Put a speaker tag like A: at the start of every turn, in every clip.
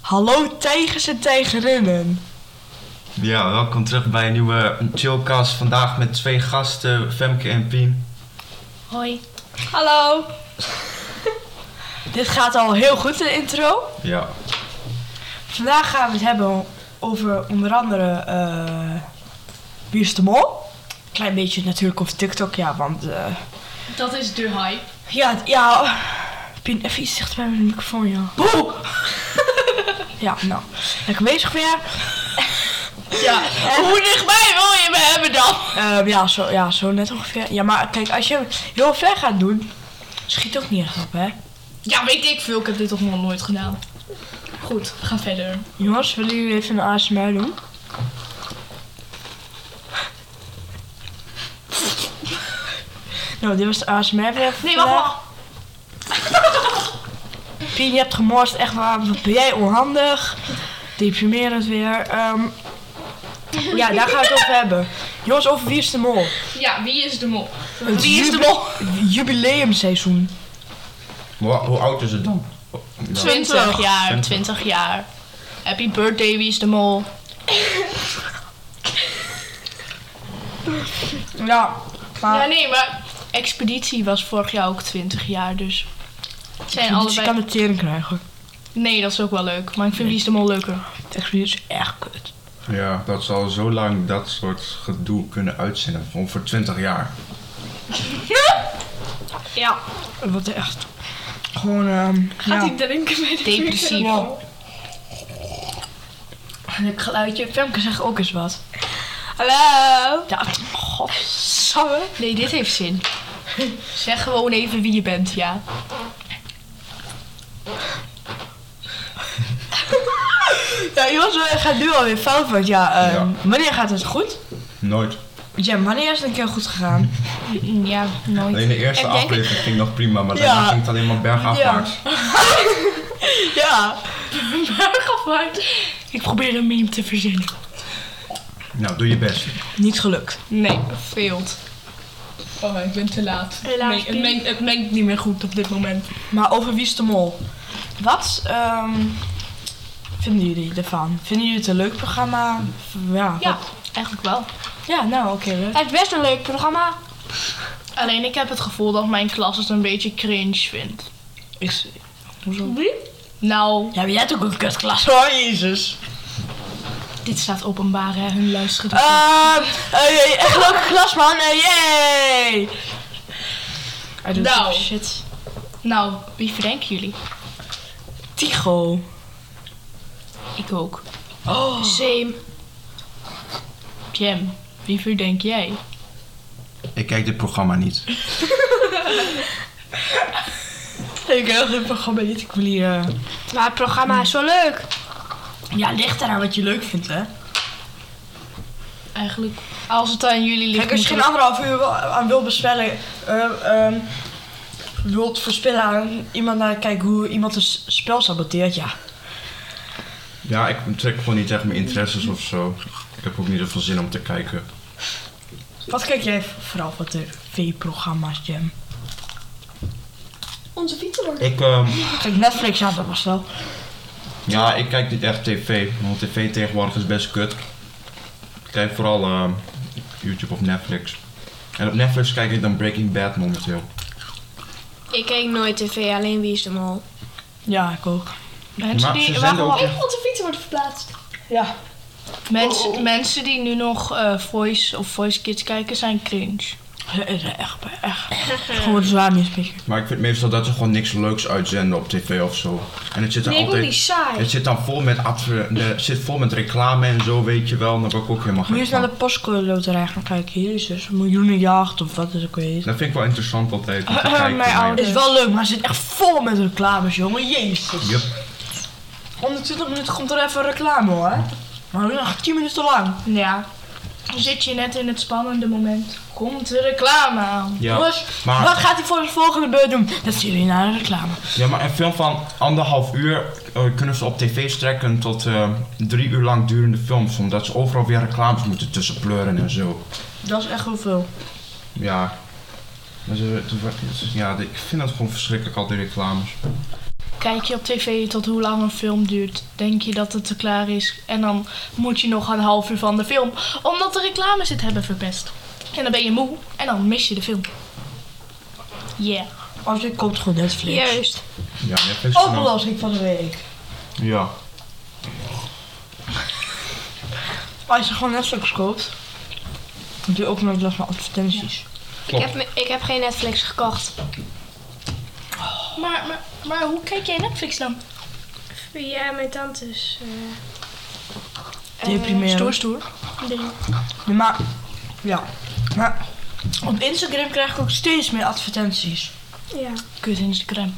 A: Hallo tijgers en tijgerinnen.
B: Ja, welkom terug bij een nieuwe chillcast. Vandaag met twee gasten, Femke en Pien.
C: Hoi.
A: Hallo. Dit gaat al heel goed, de intro.
B: Ja,
A: Vandaag gaan we het hebben over onder andere eh Wie is de Mol. Klein beetje natuurlijk over TikTok, ja, want... eh,
C: Dat is de hype.
A: ja, d- ja... Pien, even iets dichter bij mijn microfoon, ja. Boe! ja, nou. Lekker bezig weer.
C: Ja.
A: Hoe dichtbij wil je me hebben dan? eh, ja, zo, ja, zo net ongeveer. Ja, maar kijk, als je heel ver gaat doen, schiet ook niet echt op, hè?
C: Ja, weet ik veel. Ik heb dit toch nog nooit gedaan. Goed, ga verder.
A: Jongens, willen jullie even een ASMR doen? nou, dit was de ASMR weer voor
C: Nee, wacht,
A: vandaag.
C: wacht.
A: Pien, je hebt gemorst, echt waar. Wat ben jij onhandig? Deprimerend weer. Ehm, ja, daar gaan we het over hebben. Jongens, over Wie is de Mol?
C: Ja, wie is de mol?
A: Het
C: Wie is de
A: jubi-
C: mol?
A: Jubileumseizoen.
B: hoe, hoe oud is het dan? Ja.
C: 20 jaar,
B: Twintig.
C: 20 jaar. Happy birthday, wie is de mol?
A: Ja, maar...
C: Ja, nee, maar Expeditie was vorig jaar ook 20 jaar, dus... Het Zijn
A: Dus je
C: allebei...
A: kan de tering krijgen.
C: Nee, dat is ook wel leuk. Maar ik vind Wie is de Mol leuker.
A: Het experiment is echt kut.
B: Ja, dat ze al zo lang dat soort gedoe kunnen uitzenden. Gewoon voor 20 jaar.
C: Ja.
A: Wat echt. Gewoon, ehm. ja.
C: drinken met Depressief.
A: Wow. En het geluidje. Femke zegt ook eens wat.
C: Hallo.
A: Ja, godsamme.
C: Nee, dit heeft zin. Zeg gewoon even wie je bent, ja.
A: Ja, jongens, we gaan nu alweer fout. Want ja, ehm,
B: Ja.
A: wanneer gaat het goed?
B: Nooit.
A: Jam, wanneer is het een keer goed gegaan?
C: Mm, Ja, nooit.
B: Alleen de eerste
C: En jij-
B: aflevering ging nog prima, maar
A: Ja.
B: daarna ging het alleen maar bergafwaarts.
A: ja.
C: Ik probeer een meme te verzinnen.
B: Nou, doe je best.
A: Niet gelukt.
C: Nee, failed. Oh, ik ben te laat.
A: Helaas,
C: Nee, het,
A: Pien.
C: mengt, het mengt niet meer goed op dit moment.
A: Maar over Wie is de Mol? Wat ehm, vinden jullie ervan? Vinden jullie het een leuk programma? Ja,
C: Ja,
A: wat-
C: eigenlijk wel.
A: ja nou oké. leuk.
D: Het is best een leuk programma.
C: Alleen ik heb het gevoel dat mijn klas het een beetje cringe vindt.
A: Ik, hoezo?
C: Nou,
A: Ja, maar jij hebt ook een kutklas. Oh, jezus.
C: dit staat openbaar, hè. Hun luisteren. dus.
A: Ehm, eh, echt leuke klas, man. Eh, yay! Hij doet
C: Nou.
A: zo'n shit.
C: Nou, wie verdenken jullie?
A: Tigo.
C: Ik ook.
A: Oh.
D: Same.
C: Jam, wie verdenk jij?
B: Ik kijk dit programma niet.
A: Ik heb geen programma niet. Ik wil hier... eh,
D: Maar het programma is zo leuk.
A: Ja, ligt eraan wat je leuk vindt, hè.
C: Eigenlijk, als het aan jullie ligt...
A: Kijk, als je
C: moeten
A: geen
C: we-
A: anderhalf uur wel- aan wil bespellen... eh, ehm, wilt verspillen aan iemand naar kijken hoe iemand een s- spel saboteert, ja.
B: Ja, ik trek gewoon niet echt mijn interesses of zo. Ik heb ook niet zoveel zin om te kijken.
A: Wat kijk jij vooral voor tv-programma's, Jam?
D: Onze fietsen worden.
B: Ik, ehm,
A: Kijk, Netflix, ja, dat was wel.
B: Ja, ik kijk niet echt tv, want tv tegenwoordig is best kut. Ik kijk vooral ehm, YouTube of Netflix. En op Netflix kijk ik dan Breaking Bad momenteel.
D: Ik kijk nooit tv, alleen wie is de mol.
A: Ja, ik ook.
C: Mensen
B: Maar
C: die,
B: ze
C: wacht,
B: zenden ook
C: wacht.
D: Onze fietsen worden verplaatst.
A: Ja.
C: Mensen, mensen die nu nog eh, Voice of Voice Kids kijken zijn cringe.
A: Echt, echt. Gewoon zwaar niet spreken.
B: Maar ik vind meestal dat ze gewoon niks leuks uitzenden op tv of zo. En het zit dan
D: Nee, ik vond die
B: altijd...
D: saai.
B: Het zit dan vol met, adver- nee, het zit vol met reclame en zo, weet je wel. En daar word ik ook helemaal
A: Moet je
B: gek
A: eens naar
B: van.
A: de postcode loterij gaan kijken. Jezus, miljoenenjacht of wat is ook weer.
B: Dat vind ik wel interessant altijd. om te
C: Eh, eh,
B: kijken,
C: mijn
B: maar-
C: ouders.
A: Is wel leuk, maar het zit echt vol met reclames, jongen. Jezus.
B: Yup.
A: 120 minuten komt er even reclame hoor. Maar nu nog 10 minuten lang.
C: Ja. Dan zit je net in het spannende moment. Komt de reclame aan.
B: Ja.
A: Jongens,
B: maar-
A: wat gaat hij voor de volgende beurt doen? Dat zien jullie na de reclame.
B: ja, maar een film van anderhalf uur eh, kunnen ze op tv strekken tot eh, drie uur lang durende films. Omdat ze overal weer reclames moeten tussen pleuren en zo.
A: Dat is echt wel veel.
B: eh, Ja. Maar ze- het wordt- het is- Ja, ik vind dat gewoon verschrikkelijk, al die reclames.
C: Kijk je op tv tot hoe lang een film duurt? Denk je dat het te klaar is? En dan moet je nog een half uur van de film, omdat de reclames het hebben verpest. En dan ben je moe en dan mis je de film. Yeah.
A: Als je komt gewoon Netflix.
D: Juist.
B: Ja, Netflix is nou-
A: Oplossing van de week.
B: Ja.
A: Als je gewoon Netflix koopt, dan doe je ook nog last van advertenties.
D: Ik
B: Klopt.
D: heb, me- ik heb geen Netflix gekocht.
C: Maar, maar, maar hoe kijk jij Netflix dan?
D: Ja, eh, mijn tantes. eh,
A: Deprimerend.
C: Stoer, stoer.
A: Ja, maar, ja. Maar op Instagram krijg ik ook steeds meer advertenties.
D: ja.
C: Kut Instagram.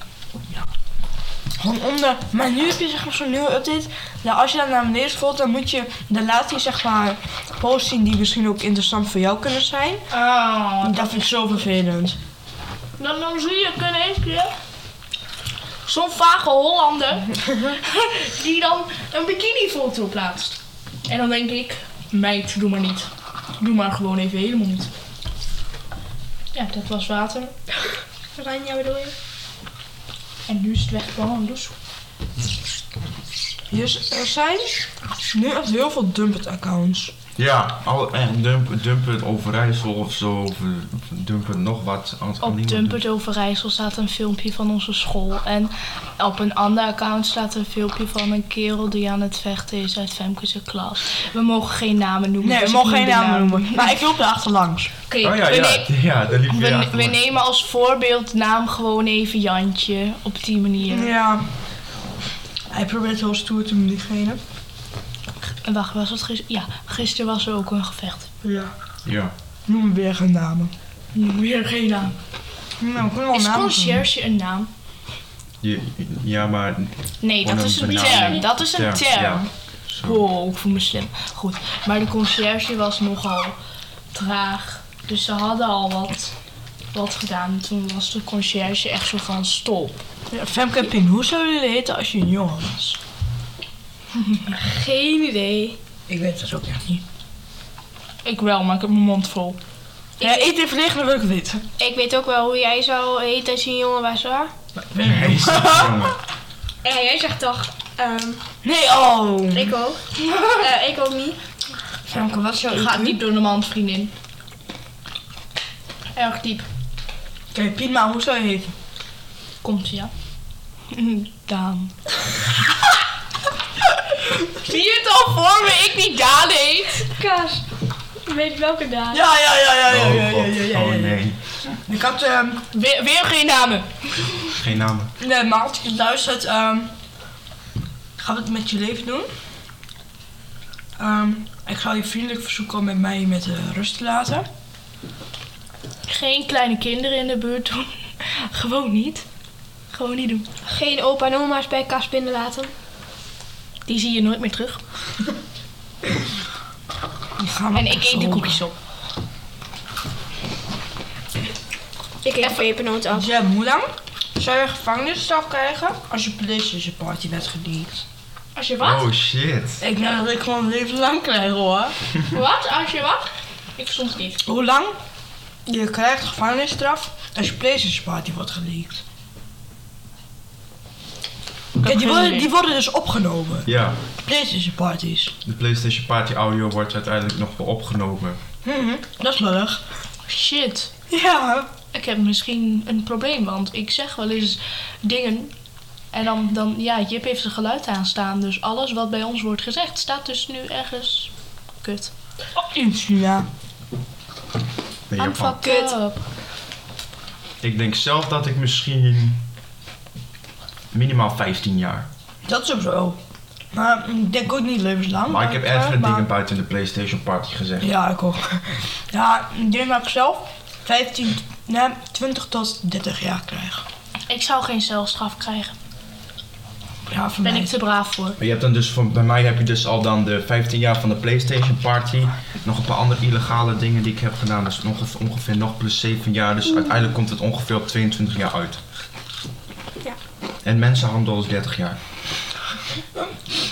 A: Gewoon onder. Maar nu heb je zeg maar zo'n nieuwe update. Nou, als je dan naar beneden scrolt, dan moet je de laatste zeg maar posts zien die misschien ook interessant voor jou kunnen zijn.
C: Oh.
A: Dat vind ik zo vervelend.
C: Dan, dan zie je in één keer zo'n vage Hollander die dan een bikinifoto plaatst. En dan denk ik, meid, doe maar niet. Doe maar gewoon even helemaal niet. Ja, dat was water.
D: Ranja bedoel je?
C: En nu is het weg van een douche.
A: Dus er zijn nu echt heel veel dumpet accounts.
B: Ja, al, en dump, dump het Overijssel of zo, of eh, dump het nog wat. anders kan
C: Op
B: niemand
C: Dumpert Overijssel staat een filmpje van onze school. En op een ander account staat een filmpje van een kerel die aan het vechten is uit Femke's klas. We mogen geen namen noemen.
A: Nee,
C: dus
A: ik
C: ik
A: mag
C: noem
A: geen
C: de
A: namen noemen. Maar ik loop er achterlangs.
C: Oké,
B: doen. Oh ja,
C: we
B: ja,
C: ne-
B: ja, daar liep je
C: We,
B: achter
C: we
B: me.
C: nemen als voorbeeld naam gewoon even Jantje op die manier.
A: Ja. Hij probeert heel stoer te doen, diegene.
C: En Wacht, was het gisteren? Ja, gisteren was er ook een gevecht.
A: Ja.
B: Ja,
A: Noem me weer geen namen.
C: Meer geen naam.
A: Nou, we kunnen wel
C: Is
A: namen
C: conciërge een naam?
B: Je- ja, maar...
C: Nee, dat
B: Gewoon
C: is
B: een
C: een
B: benaming.
C: term. Dat is een term.
B: Ja, zo.
C: Wow, ik voel me slim. Goed, maar de conciërge was nogal traag. Dus ze hadden al wat, wat gedaan. Toen was de conciërge echt zo van stop.
A: noemen. Ja, Femke en Pien, hoe zouden jullie heten als je een jongen was?
D: Geen idee.
A: Ik weet dat ook echt niet.
C: Ik wel, maar ik heb mijn mond vol.
A: Ja, ik heb verlegen wil ik het weten.
D: Ik weet ook wel hoe jij zou heten als je een jongen was hoor.
B: Hij is een jongen.
D: Ja, Eh, jij zegt toch. ehm,
A: Nee, oh.
D: ik ook. Eh, ik ook niet.
A: Femke, wat zou
C: Gaat diep door de mand, vriendin. Erg diep.
A: Oké, Pien, maar hoe zou je heten?
C: Komt ja. Daan. Zie je het al voor me? Ik die Daan heet.
D: Kaas. Weet welke dag?
A: Ja, ja, ja, ja, ja, ja,
B: Oh
A: ja, ja,
B: god, oh
A: ja, ja.
B: nee.
A: Ik had, ehm,
C: Weer, weer geen namen.
B: Geen namen.
A: nee, maar als je luistert, ehm, gaan we het met je leven doen? Ehm, ik zou je vriendelijk verzoeken om met mij met eh, rust te laten.
C: Geen kleine kinderen in de buurt doen. Gewoon niet. Gewoon niet doen.
D: Geen opa en oma's bij Kas binnenlaten.
C: Die zie je nooit meer terug.
A: Dan gaan we
C: En ik eet de koekjes op.
D: Ik eet pepernoot af.
A: Ja, hoe lang zou je gevangenisstraf krijgen als je PlayStation Party werd geleakt?
C: Als je
B: Oh shit.
A: Ik denk dat ik gewoon levenslang krijg hoor.
C: Wat? Als je wat? Ik soms niet.
A: Hoe lang? Je krijgt gevangenisstraf als je PlayStation Party wordt geleakt. Kijk, die, worden, die worden dus opgenomen.
B: Ja,
A: PlayStation Parties.
B: de PlayStation Party audio wordt uiteindelijk nog wel opgenomen.
A: Mhm, Dat is lullig.
C: Shit.
A: Ja.
C: Ik heb misschien een probleem, want ik zeg wel eens dingen. En dan, dan ja, Jip heeft zijn geluid aanstaan. Dus alles wat bij ons wordt gezegd staat dus nu ergens. Kut.
A: In China.
B: Nee,
C: I'm
B: Japan.
C: fucked
D: Kut.
C: up.
B: Ik denk zelf dat ik misschien minimaal 15 jaar.
A: Dat is ook zo. Maar ik denk ook niet levenslang.
B: Maar ik heb
A: eh,
B: echt
A: maar-
B: dingen buiten de PlayStation Party gezegd.
A: Ja, ik ook. Ja, ik denk dat ik zelf 15, nee, 20 tot 30 jaar krijg.
C: Ik zou geen celstraf krijgen.
A: Ja, voor
C: Ben
A: mij.
C: ik te braaf voor.
B: Maar je hebt dan dus van, bij mij heb je dus al dan de 15 jaar van de PlayStation Party. Nog een paar andere illegale dingen die ik heb gedaan. Dus nog ongeveer, ongeveer nog plus 7 jaar. Dus uiteindelijk komt het ongeveer op 22 jaar uit.
D: Ja.
B: En mensenhandel is 30 jaar.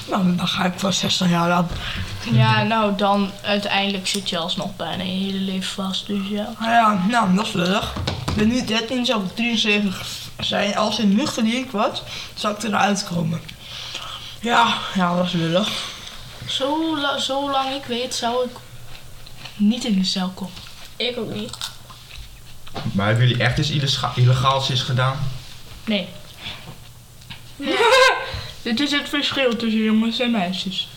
A: Nou, dan ga ik voor 60 jaar aan.
C: Ja, nou dan uiteindelijk zit je alsnog bijna je
A: Ah
C: hele leven vast. Dus ja.
A: Maar ja, nou, dat is lullig. Ik ben nu 13, zelf 73. zei als hij nu geleerd wordt, zou ik eruit komen. Ja, ja, dat was lullig.
C: Zo la- zolang ik weet, zou ik niet in de cel komen.
D: Ik ook niet.
B: Maar hebben jullie echt iets illega- illegaals is gedaan?
C: Nee. Dit is het verschil tussen jongens en meisjes.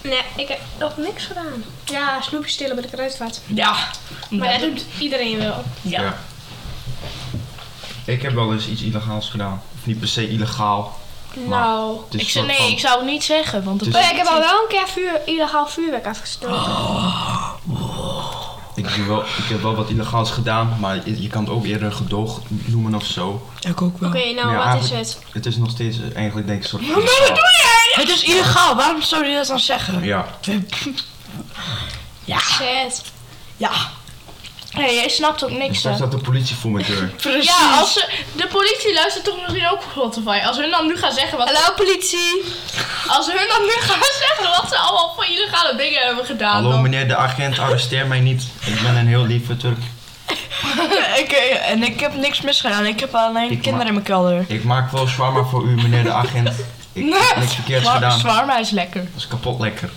D: Nee, ik heb nog niks gedaan. Ja, snoepjes stillen bij de kruidvat.
A: Ja,
D: Maar dat doet iedereen wel.
C: Ja.
B: Ik heb wel eens iets illegaals gedaan. Of niet per se illegaal.
D: Nou.
B: Het is
C: Ik
B: een
C: zou,
B: soort
C: nee,
B: van-
C: ik zou het niet zeggen, want het
B: Dus-
D: Oh ja, ik heb al wel een keer vuur, illegaal vuurwerk afgestoken.
B: ik, heb wel, ik heb wel wat illegaals gedaan, maar je, je kan het ook eerder gedoog noemen of zo.
A: ik ook wel.
D: Oké, nou
B: Ja,
D: wat
B: eigenlijk-
D: is het?
B: Het is nog steeds eh, eigenlijk denk ik een soort
A: Maar wat
B: illegaal.
A: doe jij? Het is illegaal, waarom zou je dat dan zeggen?
B: Ja,
D: Zet.
A: Ja,
C: Nee, jij snapt ook
B: en
C: niks
B: straks
C: van.
B: staat de politie voor mijn deur.
A: precies.
C: Ja, als ze, de politie luistert toch misschien ook op Spotify. Als hun dan nu gaan zeggen wat,
D: Hallo politie.
C: als hun dan nu gaan zeggen wat ze allemaal voor illegale dingen hebben gedaan.
B: Hallo
C: dan-
B: meneer de agent, arresteer mij niet. Ik ben een heel lieve Turk.
A: ik, eh, en ik heb niks misgedaan, ik heb alleen
B: Ik
A: kinderen
B: ma-
A: in mijn kelder.
B: Ik maak wel shawarma voor u meneer de agent. Ik heb niks verkeerds
C: Zwa-
B: gedaan. Dat
C: Zwarma is lekker.
B: is kapot lekker.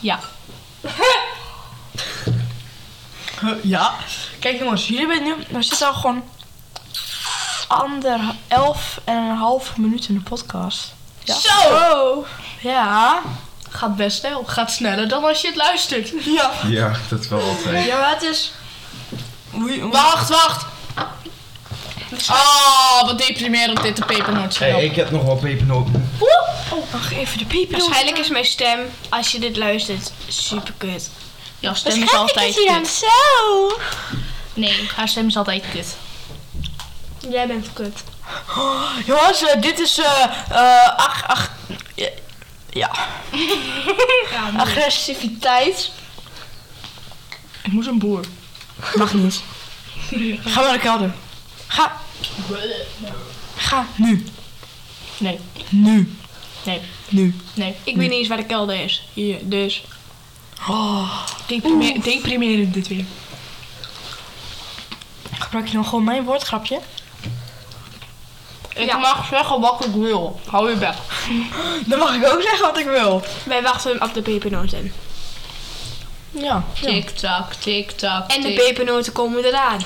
C: Ja.
A: Huh, Ja. Kijk jongens, jullie bent nu, we zitten al gewoon ander, elf en een half minuut in de podcast. Ja.
C: Zo!
D: Oh.
A: Ja.
C: Gaat best snel. Gaat sneller dan als je het luistert.
A: Ja.
B: Ja, dat is wel altijd.
A: Ja, maar het is... Oei, oei.
C: Wacht, wacht. Oh, wat deprimerend dit de pepernoot
B: Hey, ik heb nog wel pepernoten.
A: Wacht even, de piepjes.
D: Waarschijnlijk is mijn stem, als je dit luistert, super kut.
C: Jouw stem is altijd kut.
D: zo.
C: Nee, haar stem is altijd kut.
D: Jij bent kut.
A: Jongens, eh, dit is... eh, eh, ach, ach... eh, Ja. Agressiviteit.
C: Ik moet een boer.
A: Mag niet. Ga maar naar de kelder. Ga. Ga. Nu.
C: Nee,
A: Nu.
C: nee,
A: Nu.
C: nee.
D: Ik weet niet eens waar de kelder is. Hier, dus.
C: Deprimer, deprimerend dit weer.
A: Gebruik je dan gewoon mijn woordgrapje?
C: Ik
D: Ja.
C: mag zeggen wat ik wil. Hou je bek.
A: Dan mag ik ook zeggen wat ik wil.
D: Wij wachten op de pepernoten.
A: Ja.
C: Tik tak, tik tak.
D: En de pepernoten komen eraan.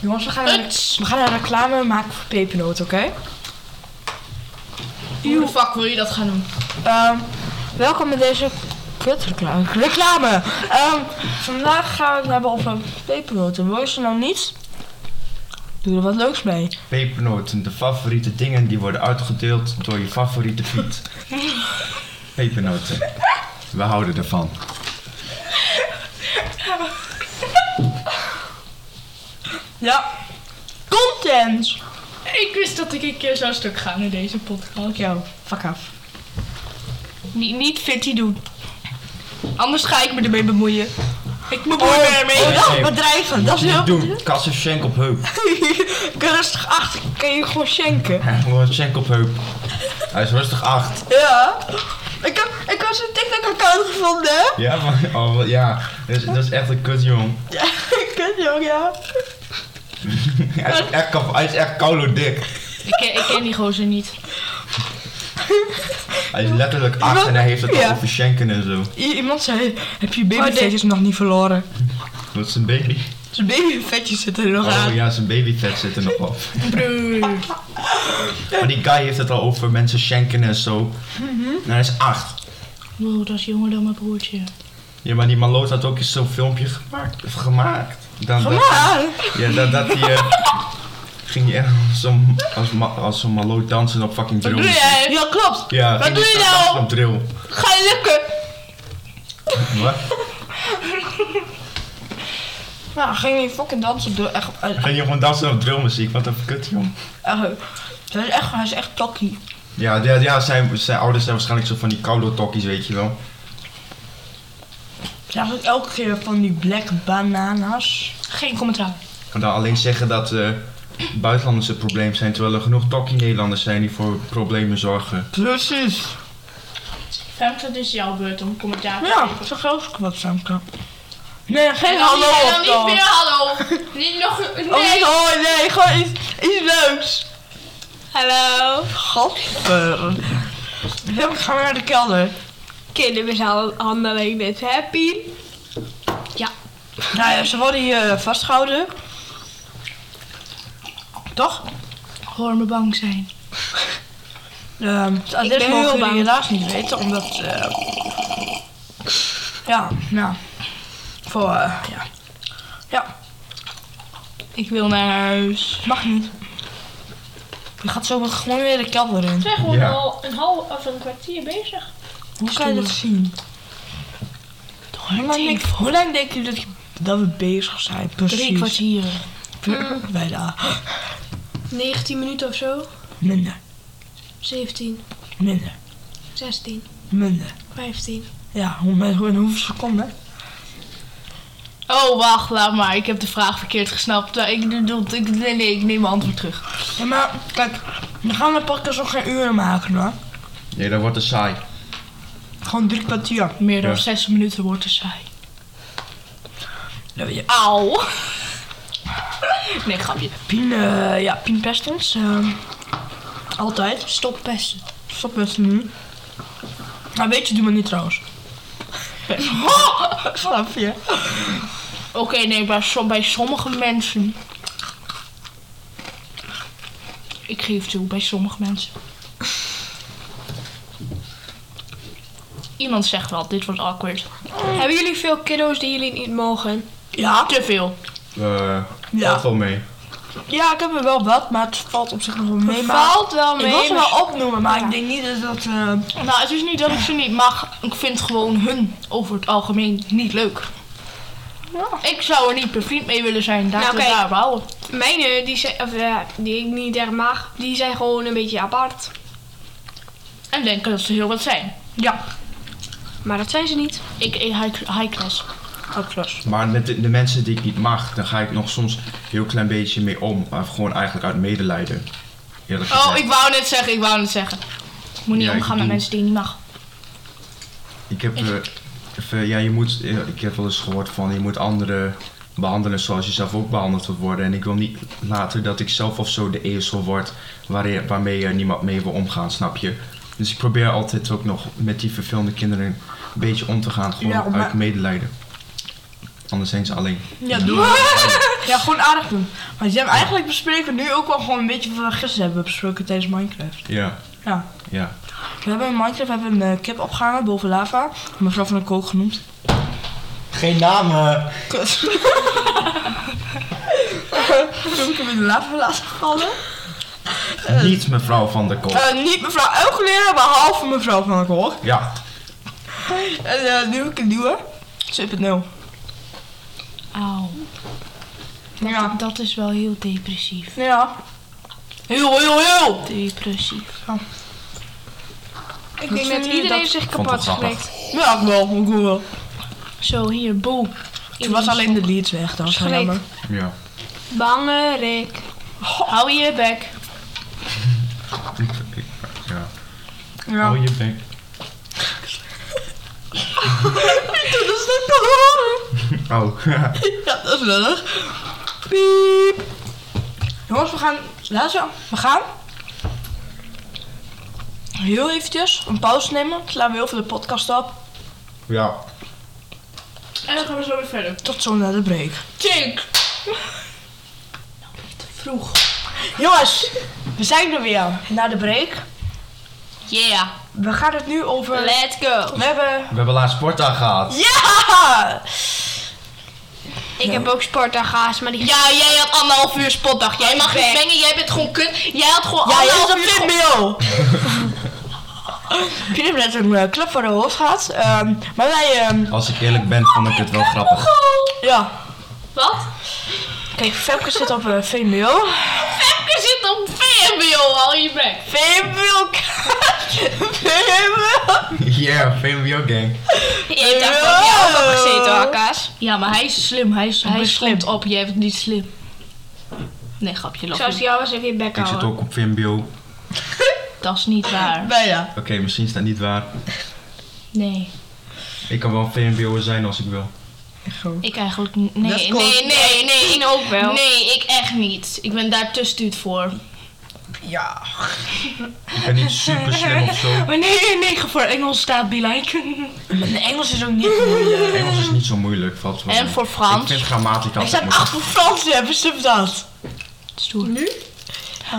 A: Jongens, we gaan, naar de- we gaan een reclame maken voor pepernoot, oké?
C: Hoe de fuck wil je dat gaan doen?
A: Ehm, welkom bij deze kutreclame. Reclame! Ehm, vandaag gaan we het hebben over pepernoten. Wil je ze nou niet? Doe er wat leuks mee.
B: Pepernoten, de favoriete dingen die worden uitgedeeld door je favoriete Piet. Pepernoten. We houden ervan.
A: Ja. Content!
C: Ik wist dat ik een keer zou stuk gaan in deze podcast.
A: Yo, fuck af.
C: Niet, niet fitty doen. Anders ga ik me ermee bemoeien. Ik bemoei
A: Oh,
C: me ermee.
A: oh, dat is
B: Nee.
A: bedrijven. Dat is
B: Niet
A: heel...
B: doen. Kassen schenk op heup.
A: Rustig achter, kan je gewoon schenken.
B: Gewoon schenk op heup. Hij is rustig acht.
A: Ja. Ik heb, ik was een TikTok-account gevonden, hè?
B: Ja, maar, oh, wat- ja. Dat is, dat is echt een kut jong.
A: Ja, ik ken je ook, ja.
B: Hij is echt, kap- hij is echt koude dik.
C: Ik, ken- ik ken die gozer niet.
B: Hij is letterlijk acht en hij heeft het
A: Ja.
B: al over schenken en zo.
A: I- iemand zei, heb je
D: Oh,
A: babyvetjes nog niet verloren?
B: Dat is een baby.
A: Zijn babyvetjes zitten er nog
B: Oh
A: aan.
B: ja, zijn babyvet zit er nog op.
C: Broer.
B: Maar die guy heeft het al over mensen schenken en zo.
C: Mhm.
B: En hij is acht.
C: Wow, dat is jonger dan mijn broertje.
B: Ja, maar die Maloot had ook eens zo'n filmpje gemaakt. Of gemaakt. Dan dat-
A: Ja.
C: Ah,
B: ja, dat, dat die, eh, ging je als zo'n als, ma- als zo'n Maloot dansen op fucking drill.
A: Ja, klopt.
B: Ja,
C: Wat
B: ging
C: doe
B: die
C: je
B: zo
C: nou?
B: dansen Op drill.
C: Ga je lukken?
B: Wat?
A: Ja, Nou, ging je fucking dansen door echt... eh,
B: Ging je gewoon dansen op drillmuziek? Wat een kut, jong.
A: eh, hij is echt, hij is echt tokkie.
B: Ja, ja, ja zijn, zijn ouders zijn waarschijnlijk zo van die koude tokkies, weet je wel.
A: Hij had ook elke keer van die black bananas.
C: Geen commentaar.
B: En dan alleen zeggen dat eh, buitenlanders het probleem zijn, terwijl er genoeg tokkie Nederlanders zijn die voor problemen zorgen.
A: Precies.
C: Femke, het is jouw dus beurt om commentaar te
A: Ja,
C: geven.
A: zo groot wat Samka. Nee, geen
C: En dan,
A: hallo
C: niet-
D: Oh,
C: en
A: of
C: dan niet meer
A: dan.
C: hallo. niet nog...
A: Oh
C: Nee.
A: nee, oh, nee gewoon iets, iets leuks.
D: Hallo.
A: Gadver. Ja, we gaan weer naar de kelder.
D: Kindermishandeling, dit happy.
A: Nou ja, ze worden hier eh, vastgehouden. Toch?
C: Hoor me bang zijn.
A: Ehm het adres
D: ben
A: mogen
D: heel
A: jullie
D: bang.
A: helaas niet weten, omdat... eh, ja, nou... Voor, eh, ja. Ja,
C: Ik wil naar huis.
A: mag niet. Je gaat zo gewoon weer de kelder in.
D: We zijn gewoon
B: Ja.
D: al een half of een kwartier bezig.
A: Hoe kan je dat zien? Hoe lang, denk, hoe lang denken jullie dat, je- dat we bezig zijn? Precies.
C: Drie kwartier.
A: Bijna.
D: 19 minuten of zo.
A: Minder,
D: 17,
A: minder,
D: 16,
A: minder.
D: 15.
A: Ja, hoe, met, hoe, in hoeveel seconden?
C: Oh, wacht, laat maar. Ik heb de vraag verkeerd gesnapt. Ik, doe- ik, nee, nee, ik neem mijn antwoord terug.
A: Ja, maar kijk, we gaan de podcast nog geen uren maken hoor.
B: Nee, dat wordt te saai.
A: Gewoon drie kwartier.
C: Meer dan
B: Ja.
C: zes minuten wordt er saai.
A: Dan wil je
C: Auw. Nee, grapje.
A: Pien, eh, ja, Pien pest ons. ehm, altijd.
C: Stop pesten.
A: Stop met ze nu. Nou, weet je, doe maar niet trouwens. Snap je?
C: Oké, nee, maar som- bij sommige mensen... Ik geef toe, bij sommige mensen. Iemand zegt wel, dit wordt awkward.
D: Hebben jullie veel kiddo's die jullie niet mogen?
A: Ja.
C: Te veel.
B: Eh,
A: Ja.
B: valt wel mee.
A: Ja, ik heb er wel wat, maar het valt op zich nog wel mee. Maar
D: Valt wel mee.
A: ik wil ze
D: maar-
A: wel opnoemen, maar
D: Ja.
A: ik denk niet dat dat... eh,
C: Nou, het is niet dat ik ze niet mag. Ik vind gewoon hun over het algemeen niet leuk. Ik zou er niet bevriend mee willen zijn. Daar te
D: Nou, kijk.
C: daar houden.
D: Mijne, die, zijn, of, ja, die ik niet echt mag, die zijn gewoon een beetje apart.
C: En denken dat ze heel wat zijn.
A: ja,
D: Maar dat zijn ze niet.
C: Ik eet high, high class.
A: dat was.
B: Maar met de, de mensen die ik niet mag, dan ga ik nog soms heel klein beetje mee om. Maar gewoon eigenlijk uit medelijden. Eerlijk gezegd.
C: Oh, ik wou net zeggen, ik wou net zeggen. Ik moet niet
B: Ja, ik
C: omgaan met
B: doe-
C: mensen die je niet mag.
B: Ik heb, eh, even- ja, je moet, eh, ik heb wel eens gehoord van je moet anderen behandelen zoals je zelf ook behandeld wilt worden. En ik wil niet later dat ik zelf of zo de ezel word waar, waarmee eh, niemand mee wil omgaan, snap je? Dus ik probeer altijd ook nog met die vervelende kinderen een beetje om te gaan, gewoon
A: Ja, maar-
B: uit medelijden. Anders zijn ze alleen.
A: Ja, doe maar. Ja, gewoon aardig doen. Want je hebt eigenlijk bespreken we nu ook wel gewoon een beetje wat we gisteren hebben besproken tijdens Minecraft.
B: Ja,
A: Ja.
B: ja.
A: We hebben in Minecraft we hebben een eh, kip opgehangen boven lava. Mevrouw van der Kook genoemd.
E: Geen namen.
A: Kut. Toen heb ik hem in de lava laten vallen.
B: Eh, Niet mevrouw van der Kool.
A: Eh, niet mevrouw elke leraar, behalve mevrouw van der Kook.
B: Ja,
A: En eh, nu heb ik een nieuwe. 2.0.
C: Auw.
A: Ja.
C: Dat is wel heel depressief.
A: Ja. Heel, heel, heel.
C: Depressief.
D: Ik
A: Wat
D: denk
A: vinden
D: dat
A: jullie
D: iedereen
A: dat-
D: zich
B: Vond
D: kapot
B: wel grappig.
D: schrikt.
A: Ja, ik wel. Ik wel.
C: Zo, hier, boe.
A: Toen was alleen de leads weg, dat was wel
D: Schrik.
A: jammer.
B: ja.
D: Bangerik.
C: Hou je bek.
B: ja.
A: Ja.
B: Oh, je bek.
A: Dat is net te horen.
B: Oh,
A: Ja, dat is lullig. Piep. Jongens, we gaan... Luister, we gaan... Heel eventjes een pauze nemen. Slaan we heel veel de podcast op.
B: ja.
C: En dan gaan we zo weer verder.
A: Tot zo naar de break.
C: Tink. Vroeg.
A: Jongens, we zijn er weer. Na de break.
C: Yeah.
A: We gaan het nu over...
C: Let's go.
A: we hebben... Ah!
B: We hebben laatst sportdag gehad.
A: Ja!
D: Ik heb ook sportaga's, maar die...
C: Ja, jij had anderhalf uur spotdag. Jij mag niet
D: Bek.
C: mengen, jij bent gewoon kut. Jij had gewoon
A: Ja,
C: anderhalf
A: dat
C: uur
A: is een PMBO. Jullie hebben net een eh, klap voor de hoofd gehad. Ehm, maar wij... ehm,
B: Als ik eerlijk ben, vond ik het wel grappig.
A: ja,
C: Wat?
A: kijk, Femke zit op eh, een VMBO.
C: Femke zit op VMBO al in je bek.
A: VMBO! VMBO!
B: Yeah, VMBO gang.
D: Ik
C: Eh.
D: dacht dat jij ook al gezeten had, Kaas.
C: Ja, maar hij is slim. Hij is, hij
A: bent
C: is
A: slim.
C: slim. op. Jij bent niet slim. Nee, grapje. Lach
D: Zoals
C: niet.
D: die was, even je bek
B: Ik zit
D: houden.
B: ook op VMBO. Oké,
C: Dat is niet waar.
A: Bijna.
B: misschien is dat niet waar.
C: Nee.
B: Ik kan wel een VMBO'er zijn als ik wil.
A: Gewoon.
C: Ik eigenlijk niet. Nee,
E: Dat is
C: nee,
E: cool.
C: nee, nee,
D: Ik ook wel.
C: Nee, ik echt niet. Ik ben daar te stuut voor.
A: Ja.
B: Ik ben niet super slim of zo.
C: Maar nee, 9 voor Engels staat be
A: Mijn Engels is ook niet moeilijk.
B: Engels is niet zo moeilijk. Valt wel
C: En
B: mee.
C: voor Frans?
B: Ik vind grammatica
A: Ik sta
B: altijd
A: acht voor Frans hebben, snap dat?
C: Stoer. Nu?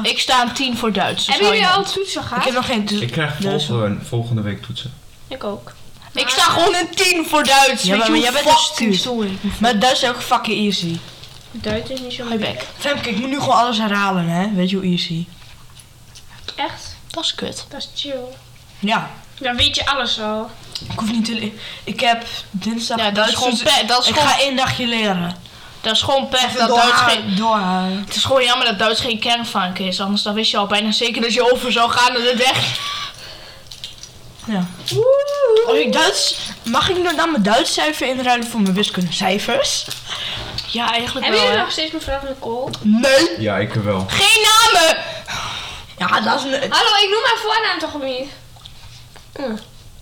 C: Ik sta een 10 voor Duits. of
D: Hebben
C: zo
D: jullie al
C: iemand.
D: toetsen
A: Ik
D: gehad?
A: heb
D: Ik,
A: nog geen toets.
B: Ik krijg
A: Dus-
B: volgende, volgende week toetsen.
D: ook.
C: Ik sta gewoon een 10 voor Duits.
A: Ja,
C: Weet
A: maar
C: je
A: jij
C: hoe
A: bent een
C: fucking
A: stuut.
C: stoer ik ben?
A: Maar Duits is ook fucking easy.
D: Duits is niet zo
C: Ga je bek.
A: Femke, ik moet nu gewoon alles herhalen, hè? Weet je hoe easy?
D: Echt?
C: Dat is kut.
D: Dat is chill.
A: Ja.
D: Dan weet je alles al.
A: Ik hoef niet te... le- Ik heb dinsdag...
C: Ja, dat is gewoon
A: toets-
C: pech. Dat is
A: Ik
C: gewoon,
A: ga één dagje leren.
C: dat is gewoon pech dat Duits geen...
A: Doorhalen. Doorhalen.
C: Het is gewoon jammer dat Duits geen kernvank is. Anders dan wist je al bijna zeker dat je over zou gaan naar de weg.
A: Ja. Als ik Oh, Duits... Mag ik nou dan mijn Duits cijfer inruilen voor mijn wiskundecijfers?
C: Ja, eigenlijk
D: Hebben
C: wel.
D: jullie
C: hè.
D: nog steeds mevrouw Nicole?
A: Nee.
B: Ja, ik wel.
C: Geen namen!
A: Ja, dat is... een-
D: Hallo, ik noem mijn voornaam toch niet?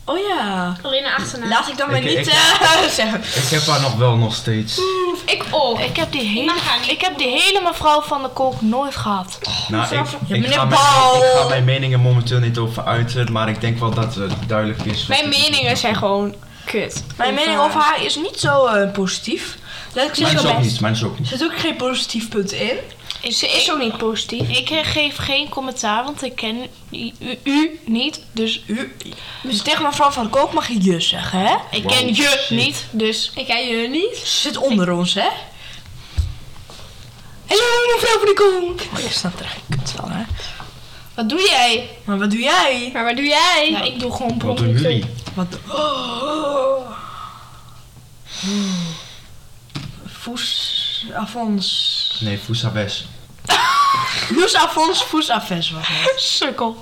A: Oh ja.
D: Alleen een achternaam.
A: Laat ik dan maar
B: Ik-
A: niet
B: ik-
A: eh, zeggen.
B: Ik heb haar nog wel nog steeds.
D: ik ook.
C: Ik heb die
D: mag haar
C: hele,
D: niet.
C: ik heb die hele mevrouw van de Kolk nooit gehad.
B: Nou, ik, ik,
A: meneer
B: ga
A: Paul.
B: mijn, ik ga mijn meningen momenteel niet over uiten, maar ik denk wel dat het duidelijk is. wat
D: Mijn
B: ik-
D: meningen zijn gewoon kut.
A: Mijn
C: eh,
A: mening over haar is niet zo eh, positief. Laat ik
B: Mijn
A: zeggen,
B: is ook
A: er
B: niet, mijn is ook niet.
A: zit ook geen positief punt in.
D: Ze is ook niet positief.
C: Ik eh, geef geen commentaar, want ik ken u, u- u niet, dus
A: U, dus tegen mevrouw van Kook mag je je zeggen, hè?
C: ik
B: Wow,
C: ken je
B: shit.
C: niet, dus
D: Ik ken jullie niet.
A: Ze zit onder ons, hè? Hallo, mevrouw van de Kook! Oh, Ik snap er echt kut van, hè?
C: wat doe jij?
A: Maar wat doe jij?
D: Maar wat doe jij?
C: Ja, ik doe gewoon
B: Wat doen jullie?
A: Wat do- Oh. Voes... Afons...
B: Nee, Fusabes.
A: Loes Afons, Voes Afes was het.
C: sukkel.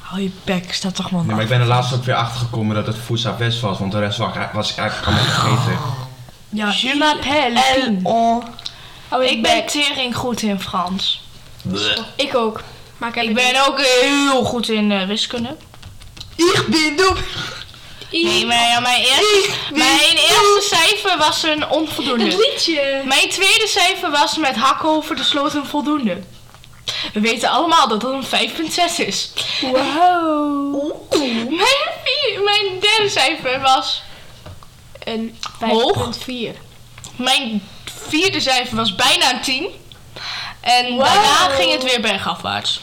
A: Hou je bek, staat toch man
B: Nee, maar ik ben er laatst ook weer achter gekomen dat het Fusabes was, want de rest was, was ik eigenlijk allemaal vergeten.
A: Ja,
C: Je m'appelle
A: El on.
D: Oh,
C: Ik ben tering goed in Frans.
D: Ik ook. Maar ik, heb
C: Ik ben ook heel goed in eh, wiskunde.
A: Ik ben doep.
C: Nee, maar ja, mijn, eerste, mijn eerste cijfer was een
D: Het
C: onvoldoende.
D: liedje.
C: Mijn tweede cijfer was met hakken over de sloot een voldoende. We weten allemaal dat dat een 5.6 is.
D: Wow.
C: Mijn, vier- mijn derde cijfer was.
D: Een 5.4.
C: Hoog? Mijn vierde cijfer was bijna een 10. En daarna ging het weer bergafwaarts.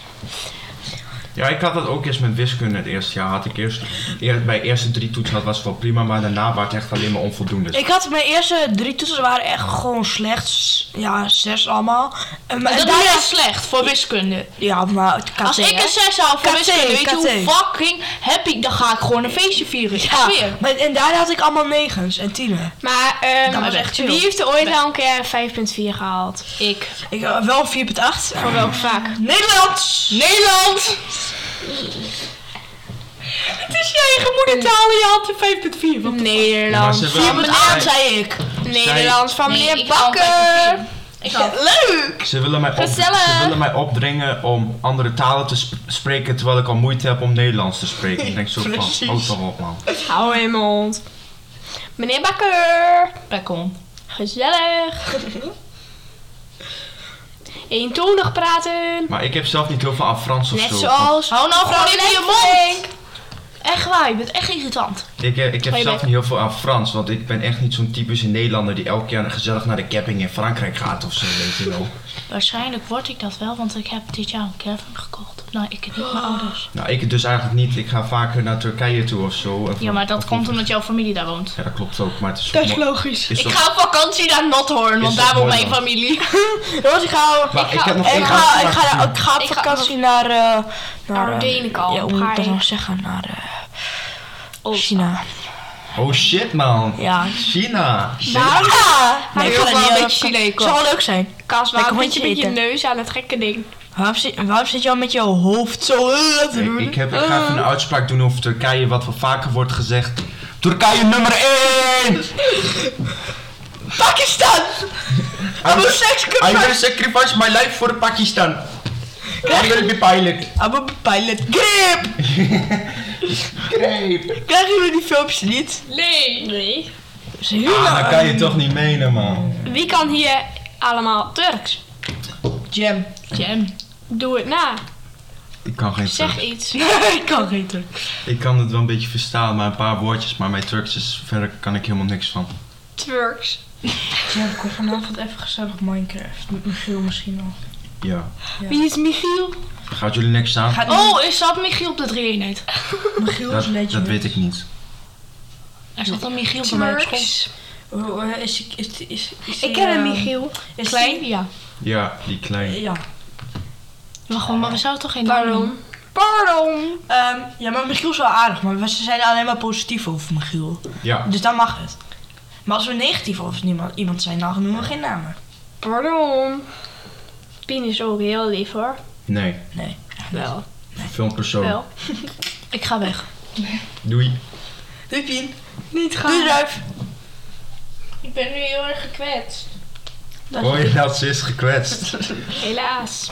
B: Ja, ik had dat ook eerst met wiskunde het eerste jaar. Had ik eerst, eer- bij de eerste drie toetsen dat was wel prima, maar daarna was het echt alleen maar onvoldoende.
A: Ik had mijn eerste drie toetsen waren echt gewoon slecht. S- Ja, zes allemaal. En, maar-
C: En
A: en
C: dat
A: daarna-
C: is slecht voor wiskunde.
A: Ja, maar het kan
C: Als ik een 6 haal voor
A: KT,
C: wiskunde, weet je hoe
A: KT.
C: fucking happy, dan ga ik gewoon een feestje vieren. Ik
A: ja,
C: zweer.
A: maar, en daarna had ik allemaal negens en tienen.
D: Maar
A: Dat
D: ehm
A: was echt chill.
D: wie heeft er ooit al een keer een 5.4 gehaald?
C: Ik.
A: Ik had wel een 4,8.
D: Voor welk vak?
A: Nederlands!
C: Nederland!
A: Het is je eigen moedertaal en je had een 5,4. Wat
B: Maar
D: Nederlands.
B: ze hebben-
A: Nederland zei ik.
D: Nederlands van
C: Nee,
D: meneer
C: ik kan
D: Bakker.
A: Leuk!
B: Ze willen, mij op-
D: Gezellig.
B: ze willen mij opdringen om andere talen te sp- spreken terwijl ik al moeite heb om Nederlands te spreken. Ik denk zo van,
A: Precies.
B: oh toch op man.
D: Hou in mijn mond. Meneer Bakker.
C: Pekon.
D: Gezellig. Eentonig praten.
B: Maar ik heb zelf niet heel veel aan Frans of
D: Net
B: zo.
D: zoals...
C: Hou nou gewoon in je mond!
D: Lenk.
C: Echt waar, je bent echt irritant.
B: Ik, eh, ik heb
D: Oh, je
B: zelf
D: bent-
B: niet heel veel aan Frans, want ik ben echt niet zo'n typische Nederlander die elk jaar gezellig naar de camping in Frankrijk gaat of zo, weet je wel.
C: Waarschijnlijk word ik dat wel, want ik heb dit jaar een caravan gekocht. Nou, ik en niet mijn ouders.
B: Nou, ik dus eigenlijk niet. Ik ga vaker naar Turkije toe of zo. Of-
C: Ja, maar dat
B: of-
C: komt omdat jouw familie daar woont.
B: Ja, dat klopt ook, maar het is
A: Dat is
B: mo-
A: logisch.
B: is
C: Ik
B: ook-
C: ga op vakantie naar Nothorn, want
B: Is
C: daar
B: dat
C: woont
B: mooi
C: mijn
B: dan?
C: familie.
A: Jongens, ik ga...
B: Maar ik, heb nog
A: Ik
B: één
A: ga, ik
B: uitspraak
A: ga,
B: gezien.
A: ik ga op
D: Ik ga-
A: vakantie naar... eh naar eh,
D: Ardenenkal.
A: Ja, hoe moet ik dat
D: Ga je-
A: nou zeggen? Naar eh,
D: Oh,
A: China.
B: Oh shit man.
A: Ja.
B: China.
A: Maar... nou
C: Ah,
A: Nee, ik
D: wil
A: ga er
D: wel
A: niet
D: een
A: aan
D: beetje
A: op-
D: Chile
A: Zou wel leuk zijn.
D: Kas, waarom
A: Lekker
D: zit je
A: hondje
D: met je
A: eten.
D: neus aan het gekke ding?
A: Waarom zit, waarom zit je al met je hoofd zo eh, te
B: Ik,
A: doen?
B: ik, heb, ik ga even een uitspraak doen over Turkije, wat wel vaker wordt gezegd. Turkije nummer 1!
A: Pakistan! Abu
B: I
A: Seks
B: will sacrifice my life for Pakistan. I will be pilot.
A: Abu Pilot Grip!
B: Greep.
A: Krijgen jullie die filmpjes niet?
D: Nee. Nee.
A: is heel
E: Ah, dat
A: leuk.
E: kan je toch niet menen, man.
D: Wie kan hier allemaal Turks?
A: Jam.
C: Jam.
D: Doe het na.
B: Ik kan geen
D: Zeg
B: Turks.
D: iets.
A: ik kan geen Turk.
B: Ik kan het wel een beetje verstaan, maar een paar woordjes. Maar mijn Turks is verder kan ik helemaal niks van.
D: Turks.
A: Jam, ik kom vanavond even gezellig Minecraft. Met Michiel misschien nog.
B: Ja.
D: Wie is Michiel?
B: Gaat jullie niks aan?
A: Gaat oh,
C: Oh, is dat Michiel op de drie-eenheid?
A: Michiel is
B: Dat,
A: een beetje...
B: dat weet ik niet.
C: Er zat een Michiel bij mij op school.
D: Turks.
A: Oh, eh, is, is, is, is, is
D: Ik ken
A: eh,
D: een Michiel.
A: Is
C: Klein? Ja.
B: Ja, die klein.
A: die- Ja.
C: Wacht, maar we zouden toch geen naam noemen?
D: Pardon. Pardon.
A: Ehm, ja, maar Michiel is wel aardig, maar ze zijn alleen maar positief over Michiel.
B: Ja.
A: Dus dan mag het. Maar als we negatief over niemand, iemand zijn, dan noemen we geen namen.
D: Pardon. Pien is ook heel lief hoor.
B: Nee.
A: Nee.
D: Wel.
B: Filmpersoon.
D: Wel.
C: Ik ga weg.
B: Doei.
A: Doei Pien.
D: Niet gaan.
A: Doei Duif.
C: Ik ben nu heel erg gekwetst.
B: Hoor je dat? Ze is gekwetst.
D: Helaas.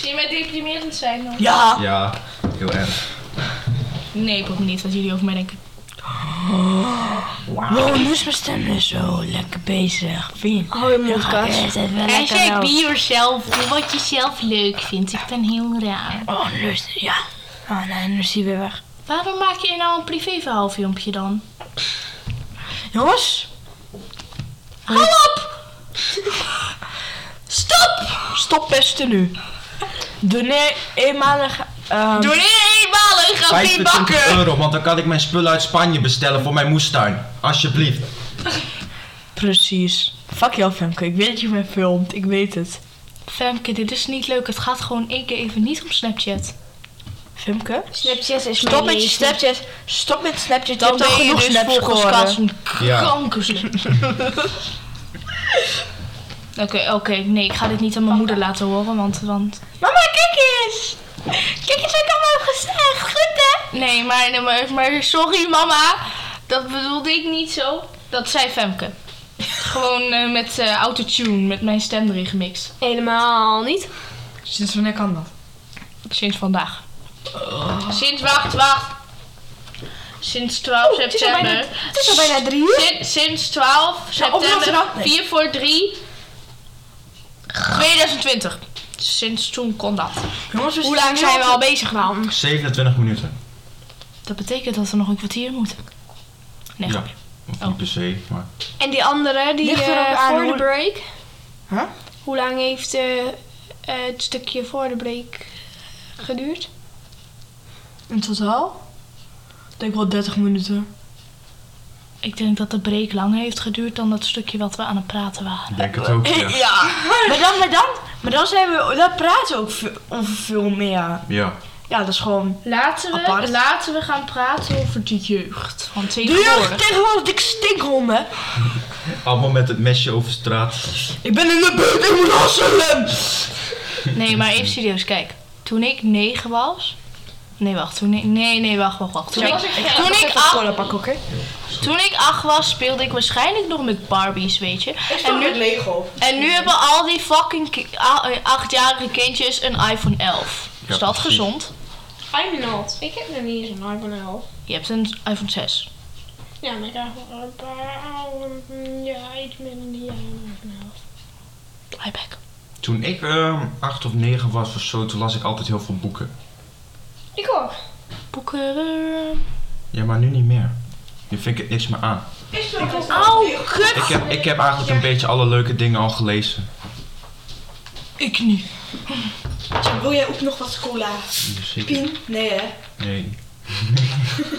C: Zie je mij deprimerend zijn dan?
A: Ja.
B: Ja, heel erg.
C: Nee, ik hoop niet wat jullie over mij denken.
A: Wow, nu is mijn stem weer zo lekker bezig. Pien.
D: Hou je mond, Kas.
C: Hashtag be yourself. Doe wat je zelf leuk vindt. Ik ben heel raar.
A: Oh, luister, ja. Oh nee, nu is hij weer weg.
C: Waarom maak je nou een privéverhaal filmpje dan?
A: Jongens.
C: Hou op! Stop!
A: Stop pesten nu. Doneer eenmalig... ehm
C: Doe niet eenmalig, ga niet
B: 25
C: bakken!
B: euro, want dan kan ik mijn spullen uit Spanje bestellen voor mijn moestuin. Alsjeblieft.
A: Precies. Fuck jou Femke, ik weet dat je mij filmt, ik weet het.
C: Femke, dit is niet leuk. Het gaat gewoon één keer even niet om Snapchat.
A: Femke?
D: Snapchat is
A: Stop
D: mijn
A: met je
D: leven.
A: Snapchat. Stop met Snapchat. Je hebt al
C: ben je
A: genoeg
C: dus
A: snaps
C: volgens
A: geworden.
C: Cas een
B: Ja.
C: kankersle- Oké, oké. Nee, ik ga dit niet aan mijn moeder laten horen, want... want...
A: Mama, kijk eens. Kijk eens wat ik allemaal heb gezegd. Goed hè?
C: Nee, maar, nee, maar, maar sorry mama. Dat bedoelde ik niet zo. Dat zei Femke. Gewoon eh, met eh, autotune, met mijn stem erin gemixt.
D: Helemaal niet.
A: Sinds wanneer kan dat?
C: Sinds vandaag. Sinds, wacht, wacht. Sinds 12
D: is al
C: september.
D: Het is al bijna drie uur.
C: Sin- sinds 12 september.
A: Rotterdam, nee.
C: 4 voor 3. 2020. Sinds toen kon dat.
A: Jongens, we
D: Hoe lang zijn we al bezig dan?
B: 27 minuten.
C: Dat betekent dat we nog een kwartier moeten. Nee,
B: Ja.
C: grapje.
B: Of
C: Oh.
B: niet per se, maar...
D: En die andere, die
A: Ligt er ook
D: eh,
A: aan
D: voor de
A: hoe-
D: break.
A: Huh?
D: Hoe lang heeft eh, eh, het stukje voor de break geduurd?
A: In totaal? Ik denk wel 30 minuten.
C: Ik denk dat de break langer heeft geduurd dan dat stukje wat we aan het praten waren.
B: Ik denk het ook, ja.
A: maar dan, maar dan, maar dan zijn we, dan praten we ook veel- over veel meer.
B: Ja.
A: Ja, dat is gewoon...
C: Laten
A: we- Apart.
C: laten we gaan praten over de jeugd van
A: De jeugd tegenwoordig, ik stinkhonden.
B: Allemaal met het mesje over straat.
A: Ik ben in de buurt, ik moet hasselen.
C: Nee, maar even serieus, kijk. Toen ik 9 was. Nee, wacht. Toen ik, nee, nee, wacht, wacht, wacht. Toen ik, toen
A: Nog
C: ik
A: even
C: acht-
A: cola pakken, oké?
C: Toen ik acht was, speelde ik waarschijnlijk nog met Barbies, weet je. En nu,
A: Lego.
C: en nu hebben al die fucking ki- a- eh, achtjarige kindjes een iPhone 11.
B: Ja,
C: is dat
B: precies.
C: gezond?
D: I'm not. Ik heb nog niet eens een iPhone 11.
C: Je hebt een iPhone 6.
D: Ja, maar ik krijg wel een paar oude... mm, Ja, iets minder dan die eh, iPhone 11.
C: iPad.
B: Toen ik ehm, acht of negen was of zo, toen las ik altijd heel veel boeken.
D: Ik ook.
C: Boeken.
D: eh.
B: Ja, maar nu niet meer. Nu vind ik het niks meer aan.
C: Oh, kut!
B: Ik heb, ik heb eigenlijk een beetje alle leuke dingen al gelezen.
C: Ik niet.
A: Wil jij ook nog wat cola?
B: Dus ik-
A: Nee hè?
B: Nee.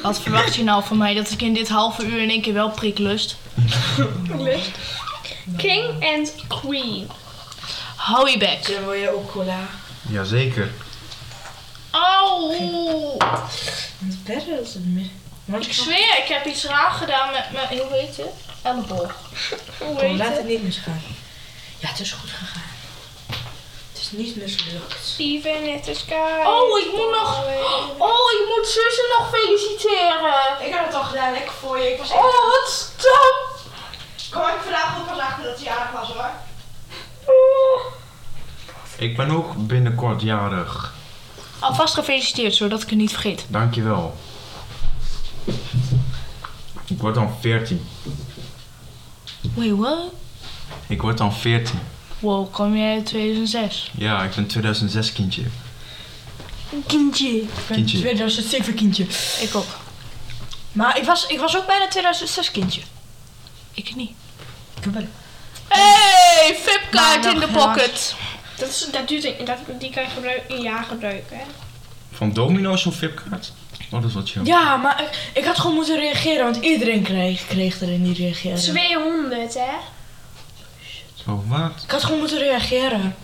C: Wat verwacht je nou van mij dat ik in dit halve uur in één keer wel prik lust?
D: King and Queen.
C: Hou je bek.
A: wil jij ook cola?
B: Jazeker.
C: Auw!
A: Verder is het meer. Want
C: Ik zweer, ik heb iets raar gedaan met mijn, hoe heet het? Elleboog.
D: Hoe heet het?
A: niet misgaan. Ja, het is goed gegaan. Het is niet mislukt.
D: Steven in the sky.
C: Oh, ik moet nog. Oh, ik moet zussen nog feliciteren.
A: Ik heb het al gedaan, lekker voor je. Ik was echt...
C: Oh, wat stom.
A: Kom ik vandaag ook al achter dat hij aardig was hoor.
B: Ik ben ook binnenkort jarig.
C: Alvast gefeliciteerd, zodat ik het niet vergeet.
B: Dankjewel. Ik word dan 14.
C: Wait, what?
B: Ik word dan 14.
C: Wow, kwam jij uit 2006?
B: Ja, ik ben 2006 kindje.
A: Kindje. Ik ben
B: Kindje.
A: 2007 kindje.
C: Ik ook.
A: Maar ik was, ik was ook bijna 2006 kindje.
C: Ik niet.
A: Ik heb wel.
C: Hey, VIP-kaart
A: Nou,
C: in de
A: nog
C: pocket.
D: Dat, is, dat duurt een, dat, die kan je gebruik, een jaar gebruiken. Hè?
B: Van Domino's zo'n VIP-kaart? Oh, dat is wat chill.
A: Ja, maar ik, ik had gewoon moeten reageren, want iedereen kreeg, kreeg erin die reageerde.
D: 200, hè?
B: Oh, wat?
A: Ik had gewoon moeten reageren.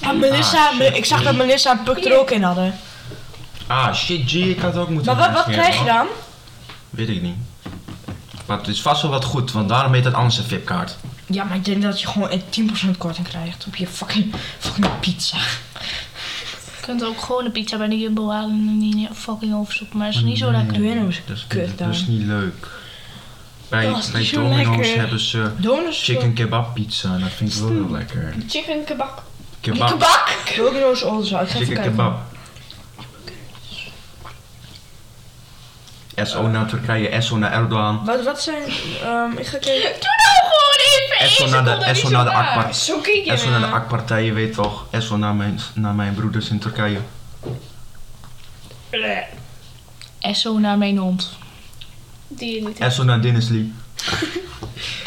A: En Melissa,
B: Ah, shit.
A: Me- ik zag dat Melissa en Puk er ook in hadden.
B: Ah, shit, G, ik had ook moeten
A: Maar wat, wat
B: reageren,
A: krijg je
B: hoor.
A: dan?
B: Weet ik niet. Maar het is vast wel wat goed, want daarom heet het anders een VIP-kaart.
A: Ja, maar ik denk dat je gewoon een 10% korting krijgt op je fucking, fucking pizza.
C: Je kunt ook gewoon een pizza bij de Jumbo halen en niet fucking overzoeken. Maar het is niet zo lekker.
A: Doe je nou eens
B: Dat is,
A: kut
B: dat is
A: dan.
B: dus niet leuk. Bij,
A: Dat is
B: bij
A: niet zo
B: Domino's
A: lekker.
B: hebben ze
A: Donuts.
B: chicken kebab pizza en dat vind ik wel heel lekker.
D: Chicken kebab.
B: Kebab.
A: Kebab. Domino's Old Zout. Ik ga even
B: Chicken
A: kijken.
B: kebab. SO naar Turkije, SO naar Erdogan,
A: Wat, wat zijn... ehm, ik ga kijken.
C: Doe nou gewoon even één
B: SO naar
C: seconde,
B: de,
C: niet
B: SO
C: zo
B: naar de
C: raar.
B: AK-partij.
D: Zo kijk je
B: SO naar de
D: naar.
B: AK-partij, je weet toch. SO naar mijn, naar mijn broeders in Turkije.
C: SO naar mijn hond.
D: Die je niet hebt.
B: SO naar Dennis Lee.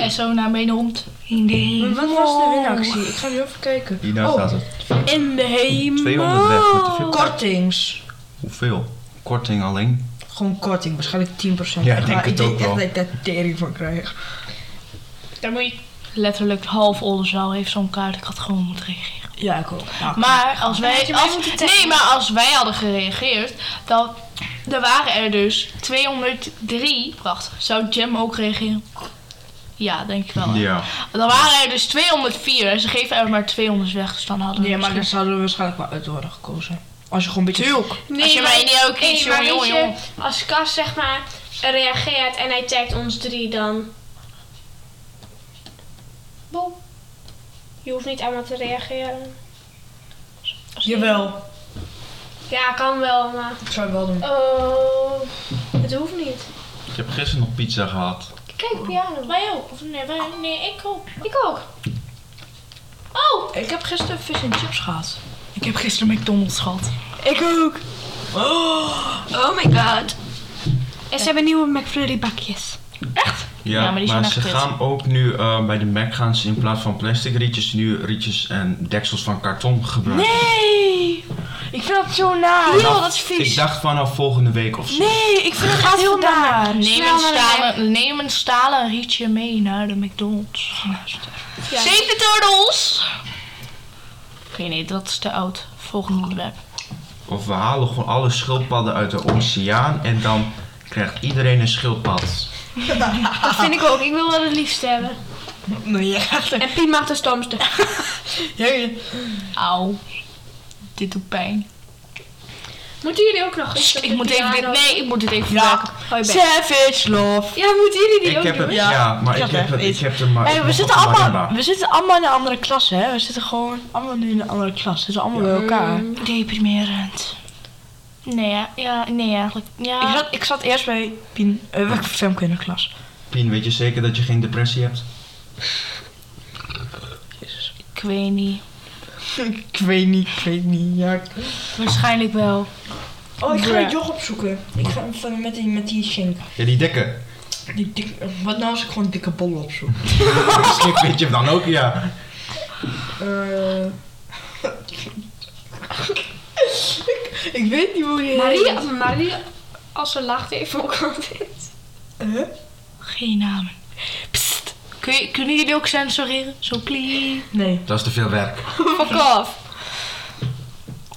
C: SO naar mijn hond.
A: Wat was nou de winactie? Ik ga nu even kijken.
B: Hiernaar
A: Oh.
B: staat het.
C: In de hemel.
B: 200 weg met de VIP.
A: Kortings.
B: Hoeveel? Korting alleen.
A: Gewoon korting, waarschijnlijk 10%.
B: Ja,
A: Maar
B: ik denk het ook
A: echt
B: wel.
A: dat ik daar tering van krijg.
D: Daar moet je.
C: Letterlijk half Oldenzaal heeft zo'n kaart. Ik had gewoon moeten reageren.
A: Ja, ik ook. Nou, Ja.
C: Maar als
D: Dan had
C: wij...
D: je mij
C: Als,
D: moeten taggen.
C: nee, maar als wij hadden gereageerd... Dan er waren er dus 203. Prachtig. Zou Jam ook reageren? Ja, denk ik
A: Nou.
C: wel. hè.
B: Ja.
C: Dan waren er dus 204. En ze geven er maar 200 weg. Dus dan hadden we...
A: Nee, maar daar
C: misschien-
A: zouden we waarschijnlijk wel uit worden gekozen. Als je gewoon een beetje...
C: Tuurlijk. als je mij niet ook kiest,
D: maar
C: jongen, jongen,
D: weet
C: jongen.
D: je, Als Cas zeg maar reageert en hij tagt ons drie, dan. Boom. Je hoeft niet allemaal te reageren.
A: Jawel.
D: Ja, kan wel, maar.
A: Ik zou het wel doen.
D: Oh, het hoeft niet.
B: Ik heb gisteren nog pizza gehad.
D: Kijk, piano.
C: Oh. Wij ook. Of nee, wij, nee, ik ook.
D: Ik ook. Oh!
A: Ik heb gisteren vis en chips gehad.
C: Ik heb gisteren McDonald's gehad.
A: Ik ook. Oh, oh my god.
D: En ze hebben nieuwe McFlurry bakjes.
B: Ja,
C: Ja, maar
B: maar,
C: die zijn echt
B: ze
C: kut.
B: gaan ook nu eh, bij de Mac gaan ze in plaats van plastic rietjes nu rietjes en deksels van karton gebruiken.
A: Nee! Ik vind dat zo naar.
B: Vanaf-
A: dat is
B: Ik dacht vanaf volgende week of zo.
A: Nee, ik vind dat heel naar.
C: Neem
D: Snel
C: een,
D: naar de
C: stalen, neem een stalen rietje mee naar de McDonald's.
D: Ja.
C: 70 turtles! Oké, nee, dat is te oud. Volgende onderwerp.
B: Of we halen gewoon alle schildpadden uit de oceaan en dan krijgt iedereen een schildpad.
D: Dat vind ik ook. Ik wil wel het liefste hebben.
A: Nee, jij gaat er.
D: En Piet mag de stomste.
A: Jij-
C: Auw. Dit doet pijn.
D: Moeten jullie ook nog iets op
C: Ik
D: de
C: moet even dit...
D: piano?
C: Nee, ik moet dit even
A: Ja.
C: verwerken. Hou je bek.
A: Savage love.
D: Ja, moeten jullie die
B: Ik
D: ook
B: heb
D: doen?
B: het,
A: Ja.
B: ja,
A: Ik
B: maar ik,
A: had
B: heb,
A: echt
B: het- ik
A: iets.
B: heb er maar.
A: Hey,
B: ik
A: we,
B: mocht
A: zitten
B: er maar
A: allemaal,
B: in
A: we zitten allemaal in een andere klas, hè? We zitten gewoon allemaal nu in een andere klas. We zitten allemaal bij elkaar.
D: Mm.
C: Deprimerend. Nee, ja, ja, nee, eigenlijk.
A: Ik,
C: Ja.
A: zat, ik zat eerst bij Pien, eh, bij Femke in de klas.
B: Pien, weet je zeker dat je geen depressie hebt?
C: Ik weet niet.
A: ik weet niet, ik weet niet. Ja.
C: Waarschijnlijk wel.
A: Oh, ik ga
C: Ja.
A: het Joch opzoeken. Ik ga hem van, met die, met die Genk.
B: Ja, die dikke.
A: Die dik, wat nou als ik gewoon dikke bol opzoek?
B: Misschien weet je hem dan ook, ja.
A: Eh. ik, ik weet niet hoe je...
D: Marie, Marie, als ze lacht, heeft ook altijd.
A: Huh?
C: Geen namen. Psst. Kun je, kunnen jullie ook censureren? Zo please.
A: Nee.
B: Dat is te veel werk.
C: Fuck off.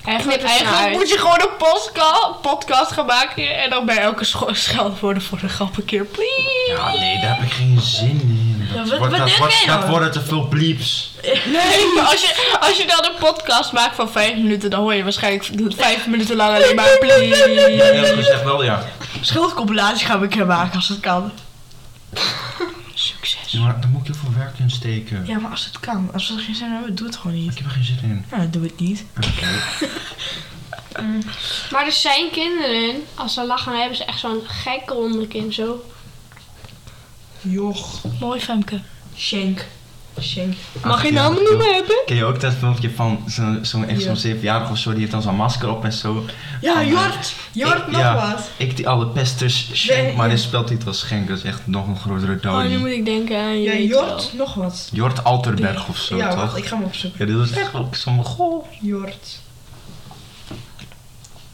D: Knip
C: Eigenlijk,
D: het eruit.
C: eigenlijk moet je gewoon een postka- podcast gaan maken en dan bij elke scho- scheldwoorden voor de grap een keer. Please.
B: Ja, nee, daar heb ik geen zin in.
A: Ja,
B: Dat,
A: wat-
B: wordt,
A: wat
B: dat,
A: denk
B: wordt-
A: jij
B: dat
A: nou?
B: worden te veel bleeps.
C: Nee, maar als je, als je dan een podcast maakt van vijf minuten, dan hoor je waarschijnlijk vijf minuten lang alleen maar please.
B: Heel gezegd wel, ja.
A: Schildcompilatie gaan we een keer maken als het kan.
C: Succes.
B: Ja, maar daar moet ik heel veel werk in steken.
A: Ja, maar als het kan. Als we er geen zin in hebben, doe het gewoon niet.
B: Ik heb er geen zin in.
A: Ja, doe het niet.
D: Maar er zijn kinderen, als ze lachen, dan hebben ze echt zo'n gekke onderkin zo.
A: Joch.
C: Mooi Femke.
A: Shank. Shank.
B: Ach,
A: Mag je
B: ja,
A: namen noemen hebben?
B: Ken je ook dat filmpje van zo'n zo echt
A: Ja.
B: zo'n zevenjarig of zo, die heeft dan zo'n masker op en zo.
A: Ja,
B: Van, eh,
A: Jort. Jort
B: ik-
A: nog
B: ja,
A: wat.
B: Ik die alle pesters
A: Nee,
B: Schenk, maar
A: ja.
B: de speltitel is Schenk, dat is echt nog een grotere
C: Oh, nu moet
B: dood.
C: ik denken aan
A: Ja,
C: je.
A: Jort nog wat.
B: Jort Alterberg of zo,
A: ja, wacht,
B: toch?
A: ik ga hem opzoeken.
B: Ja, dit was echt ook zo'n goh.
A: Jort.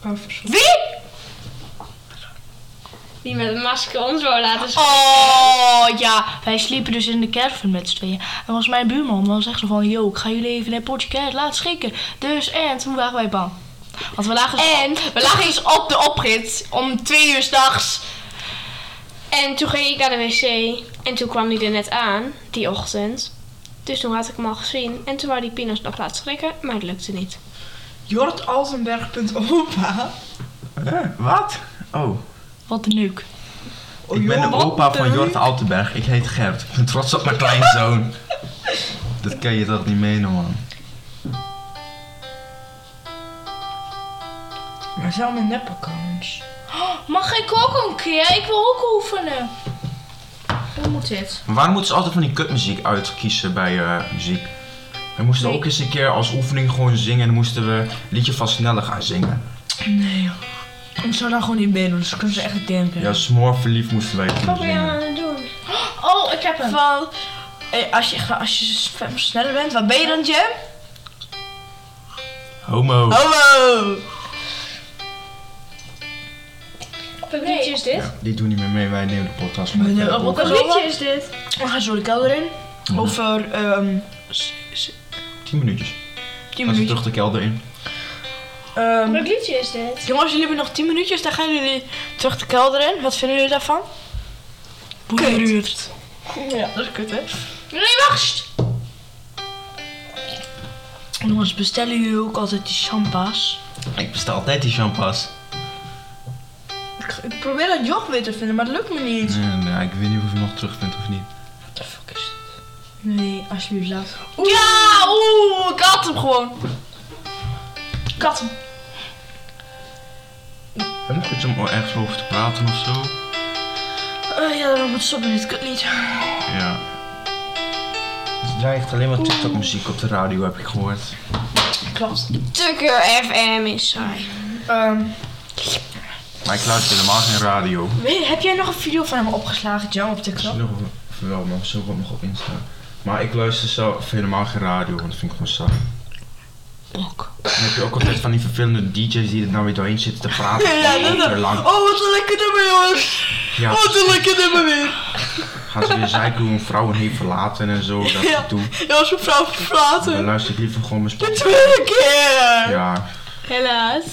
A: Oh, verzoek.
C: Wie?
D: Die met een masker ons wil laten zien.
C: Oh ja, wij sliepen dus in de caravan met z'n tweeën. En was mijn buurman dan zegt ze van, yo, ik ga jullie even een potje kerst laten schikken. Dus en toen waren wij bang. Want we lagen dus
D: En
C: we lagen eens op de oprit om twee uur s'nachts.
D: En toen ging ik naar de wc. En toen kwam hij er net aan, die ochtend. Dus toen had ik hem al gezien. En toen wou die Pinos nog laten schrikken, maar het lukte niet.
A: Jortaltenberg.opa.
B: Eh, Wat? Oh,
C: Wat een leuk.
A: Oh,
B: ik ben de
A: joh,
B: opa
A: wat
B: van
A: een-
B: Jort Alterberg. Ik heet Gert. Ik ben trots op mijn kleinzoon. Dat kan je toch niet menen, man.
A: Maar zijn allemaal nep-accounts.
C: Mag ik ook een keer? Ik wil ook oefenen. Hoe moet dit?
B: Maar waarom moeten ze altijd van die kutmuziek uitkiezen bij eh, muziek? We moesten ook eens een keer als oefening gewoon zingen en dan moesten we een liedje van sneller gaan zingen.
A: Nee. Ik zou dan gewoon niet meedoen, dus kunnen ze echt niet denken.
B: Ja, smoor verliefd moesten wij toen
D: Wat ben je
B: zingen.
D: aan het doen?
C: Oh, ik heb hem.
A: Van, eh, als je, als je s- sneller bent, wat ben je dan, Jam?
B: Homo.
A: Oh, Hallo!
D: Wat liedje is dit?
B: Ja, die doen niet meer mee, wij nemen de podcast
A: We nemen de
B: verder
A: podcast
D: Wat
B: over.
D: liedje is dit?
A: We gaan zo de kelder in. Over
C: eh,
A: ehm s- s-
B: 10 minuutjes.
A: 10
B: Dan is het
A: minuutjes.
B: terug de kelder in.
A: Ehm,
D: Wat liedje is dit?
A: jongens, jullie hebben nog 10 minuutjes, dan gaan jullie terug de kelder in. Wat vinden jullie daarvan? Boeruurt. Ja, dat is kut, hè?
D: Nee, wacht!
A: Jongens, bestellen jullie ook altijd die champa's?
B: Ik bestel altijd die champas.
A: Ik, ik probeer dat joch weer te vinden, maar dat lukt me niet.
B: Nee, nee, ik weet niet of je hem nog terug vindt of niet.
A: What the fuck is dit? Nee, alsjeblieft, laat.
C: Ja, oeh, ik had hem gewoon. Ik had hem.
B: Heb ik iets om ergens over te praten of zo?
A: Eh, ja, dan moet stoppen met dit kutlied.
B: Ja. Dus Het dreigt alleen maar TikTok muziek op de radio, heb ik gehoord.
A: Klopt.
D: Tucker FM is saai.
A: Ehm,
B: Maar ik luister helemaal geen radio.
A: weet- heb jij nog een video van hem opgeslagen, Jan, op
B: Ik zie
A: TikTok?
B: nog of- wel, maar zo komt nog op Insta. Maar ik luister zelf helemaal geen radio, want dat vind ik gewoon saai.
A: Ook.
B: Dan heb je ook altijd van die vervelende DJ's die er nou weer doorheen zitten te praten.
A: dat- dat-
B: Uur lang.
A: Oh, wat een lekker nummer, jongens!
B: Ja,
A: Wat een lekker nummer weer!
B: gaan ze weer zeiken hoe een vrouw een heeft verlaten en zo, dat
A: Ja.
B: gedoe.
A: Jongens, mevrouw
B: Dan
A: verlaten.
B: luister ik liever gewoon mijn
A: De
B: spot.
A: tweede keer!
B: Ja,
D: Helaas.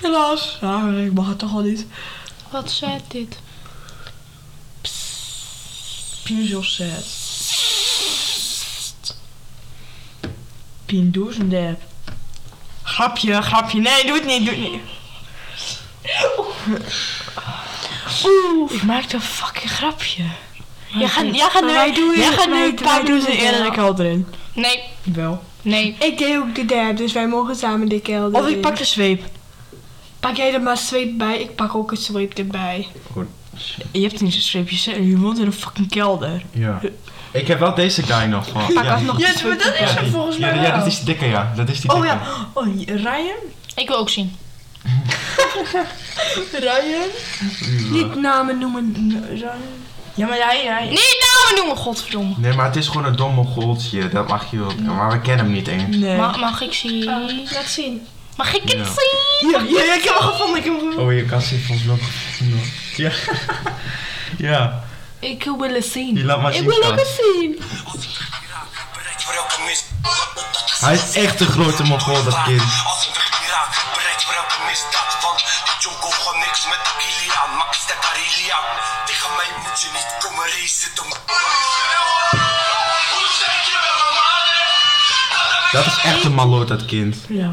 A: Helaas. Ja, ik mag het toch al niet.
C: Wat zet dit?
A: Piezel set. Pindoezendep. Grapje, grapje. Nee, doe het niet, doe het niet. Oeh, ik maakte een fucking grapje. Jij gaat, jij gaat nu,
C: Wij doen
A: jij
C: het-
A: gaat
C: wij
A: nu
C: doen
A: Pindoezen
C: het
A: eerder de
C: wel.
A: kelder in.
D: Nee,
A: Wel.
D: nee.
F: Ik deed ook de dab, dus wij mogen samen de kelder.
A: Of ik
F: in.
A: pak de zweep.
F: pak jij er maar zweep bij, ik pak ook een zweep erbij.
B: goed.
A: Je hebt niet zo'n zweepjes, hè? je woont in een fucking kelder.
B: Ja. Ik heb wel deze guy nog van. Ja, die-
A: Ja, maar dat is hem volgens
B: ja,
A: mij
B: ja,
A: wel.
B: dat is die dikke, ja. Dat is die
A: Oh
B: dikke.
A: ja, oh, Ryan?
C: Ik wil ook zien.
A: Ryan?
F: Niet namen noemen.
A: Ryan? Ja, maar hij, hij.
C: Niet namen noemen, godverdomme.
B: Nee, maar het is gewoon een domme goldje. Dat mag je wel. Maar we kennen hem niet eens.
A: Nee.
C: Ma- mag ik zien?
D: Laat zien.
C: Mag ik het
B: Ja.
C: zien?
A: Ja, ja, ja, ik heb hem gevonden, ik heb hem gevonden.
B: Oh, je kan ze volgens mij ook gezien hoor. Ja. ja,
C: Ik wil het zien.
B: die laat maar zien. staan.
C: zien.
B: Hij is echt een grote mongool, dat kind.
G: Als ik weg raak, bereid voor elke misdaad. Want de jonko gewoon niks met de Kilian. Maak eens dat Arilia. Tegen mij moet je niet komen racen. Tom.
B: Dat is echt een maloot, dat kind.
A: Ja.